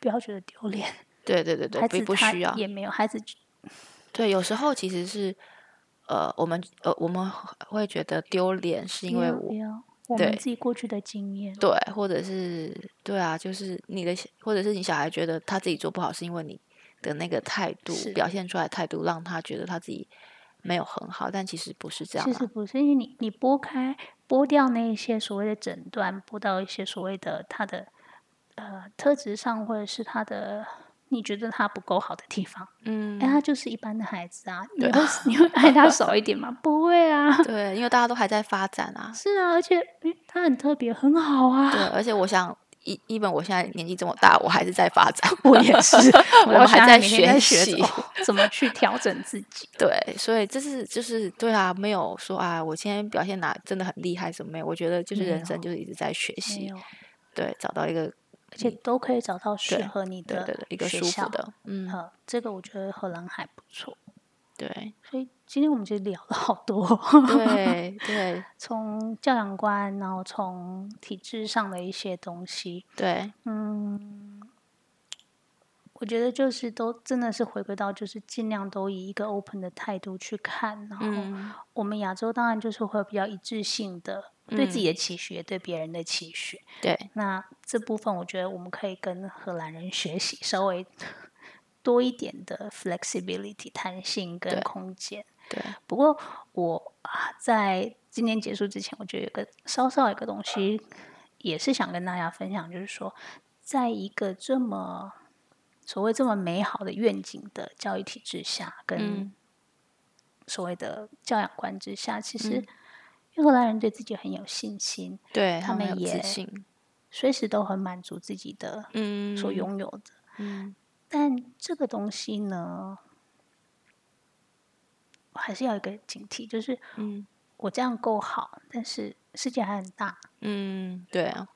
Speaker 2: 不要觉得丢脸，
Speaker 1: 对对对对，
Speaker 2: 孩子
Speaker 1: 并不
Speaker 2: 他
Speaker 1: 需要，
Speaker 2: 也没有孩子
Speaker 1: 对，有时候其实是呃，我们呃我们会觉得丢脸，是因为
Speaker 2: 不要不
Speaker 1: 我
Speaker 2: 要我
Speaker 1: 对
Speaker 2: 们自己过去的经验，
Speaker 1: 对，或者是对啊，就是你的小，或者是你小孩觉得他自己做不好，是因为你的那个态度
Speaker 2: 是
Speaker 1: 表现出来的态度，让他觉得他自己没有很好，但其实不是这样
Speaker 2: 其实
Speaker 1: 啊。
Speaker 2: 不是，因为你你拨开拨掉那一些所谓的诊断，拨到一些所谓的他的呃特质上，或者是他的你觉得他不够好的地方，哎、
Speaker 1: 嗯，
Speaker 2: 他就是一般的孩子啊，你
Speaker 1: 对
Speaker 2: 会 你会爱他少一点吗？不会啊，
Speaker 1: 对，因为大家都还在发展啊。
Speaker 2: 是啊，而且诶他很特别，很 好啊，，
Speaker 1: 对，而且我想，一一本我现在年纪这么大，我还是在发展
Speaker 2: 我也是，
Speaker 1: 我
Speaker 2: 到
Speaker 1: 还
Speaker 2: 现
Speaker 1: 在
Speaker 2: 每
Speaker 1: 学
Speaker 2: 天在学
Speaker 1: 习
Speaker 2: 怎么怎么去调整自 己，
Speaker 1: 对，所以这是就是对啊，没有说啊，我今天表现哪真的很厉害什么没有，我觉得就是
Speaker 2: 没
Speaker 1: 人生
Speaker 2: 有
Speaker 1: 就是一直在学
Speaker 2: 没
Speaker 1: 习
Speaker 2: 有，，
Speaker 1: 对，找到一个
Speaker 2: 而且都可以找到适
Speaker 1: 对
Speaker 2: 合你
Speaker 1: 对
Speaker 2: 的
Speaker 1: 对对一个
Speaker 2: 学
Speaker 1: 舒服
Speaker 2: 校，
Speaker 1: 的， 嗯，
Speaker 2: 呃，这个我觉得荷兰还不错。
Speaker 1: 对
Speaker 2: 所以今天我们其实聊了好多，
Speaker 1: 对对
Speaker 2: 从教养观，然后从体制上的一些东西，
Speaker 1: 对，
Speaker 2: 嗯，我觉得就是都真的是回归到，就是尽量都以一个 open 的态度去看，然后
Speaker 1: 嗯，
Speaker 2: 我们亚洲当然就是会有比较一致性的。对自己
Speaker 1: 嗯
Speaker 2: 的期许，也对别人的期许。
Speaker 1: 对
Speaker 2: 那这部分，我觉得我们可以跟荷兰人学习，稍微 多一点的 flexibility 弹性跟
Speaker 1: 对
Speaker 2: 空间。
Speaker 1: 对，
Speaker 2: 不过我啊，在今天结束之前，我觉得有个稍稍有个东西，也是想跟大家分享，就是说，在一个这么所谓这么美好的愿景的教育体制下，跟
Speaker 1: 嗯
Speaker 2: 所谓的教养观之下，其实
Speaker 1: 嗯
Speaker 2: 因为荷兰人对自己很有信心，
Speaker 1: 对
Speaker 2: 他
Speaker 1: 他们
Speaker 2: 们
Speaker 1: 有
Speaker 2: 也
Speaker 1: 自信，
Speaker 2: 随时都很满足自己的
Speaker 1: 嗯，
Speaker 2: 所拥有的。
Speaker 1: 嗯，
Speaker 2: 但这个东西呢，我还是要有一个警惕，就是
Speaker 1: 嗯
Speaker 2: 我这样够好，但是世界还很大。
Speaker 1: 嗯，对啊，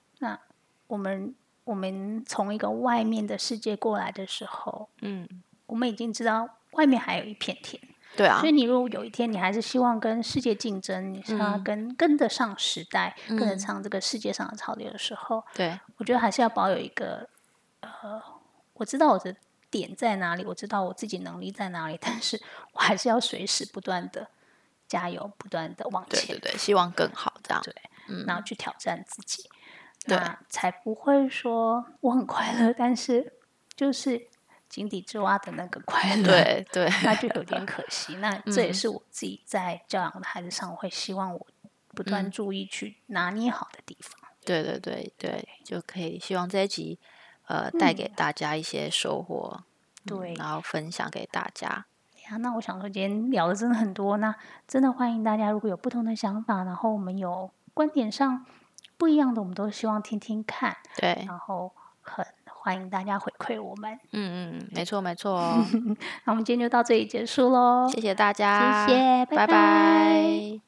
Speaker 2: 我们我们从一个外面的世界过来的时候，
Speaker 1: 嗯，
Speaker 2: 我们已经知道外面还有一片天。
Speaker 1: 对啊
Speaker 2: 所以，你如果有一天你还是希望跟世界竞争，你是要
Speaker 1: 嗯
Speaker 2: 跟、跟得上时代，跟得
Speaker 1: 嗯
Speaker 2: 上这个世界上的潮流的时候，
Speaker 1: 对
Speaker 2: 我觉得还是要保有一个呃，我知道我的点在哪里，我知道我自己能力在哪里，但是我还是要随时不断的加油，不断的往
Speaker 1: 对
Speaker 2: 前
Speaker 1: 对，对，希望更好这样，
Speaker 2: 对
Speaker 1: 嗯
Speaker 2: 然后去挑战自己，
Speaker 1: 对
Speaker 2: 那才不会说我很快乐，但是就是井底之蛙的那个快乐，，
Speaker 1: 对对，
Speaker 2: 那就有点可惜。 那这也
Speaker 1: 嗯
Speaker 2: 是我自己在教养的孩子上，我会希望我不断
Speaker 1: 嗯
Speaker 2: 注意去拿捏好的地方。
Speaker 1: 对对对对，就可以希望这一集呃带给大家一些收获，嗯
Speaker 2: 对
Speaker 1: 然后分享给大家。
Speaker 2: 哎呀，那我想说，今天聊的真的很多，那真的欢迎大家，如果有不同的想法，然后我们有观点上不一样的，我们都希望听听看，
Speaker 1: 对，
Speaker 2: 然后很欢迎大家回馈我们。
Speaker 1: 嗯嗯，没错没错哦，
Speaker 2: 那我们今天就到这里结束喽，
Speaker 1: 谢谢大家，
Speaker 2: 谢谢
Speaker 1: 拜
Speaker 2: 拜拜
Speaker 1: 拜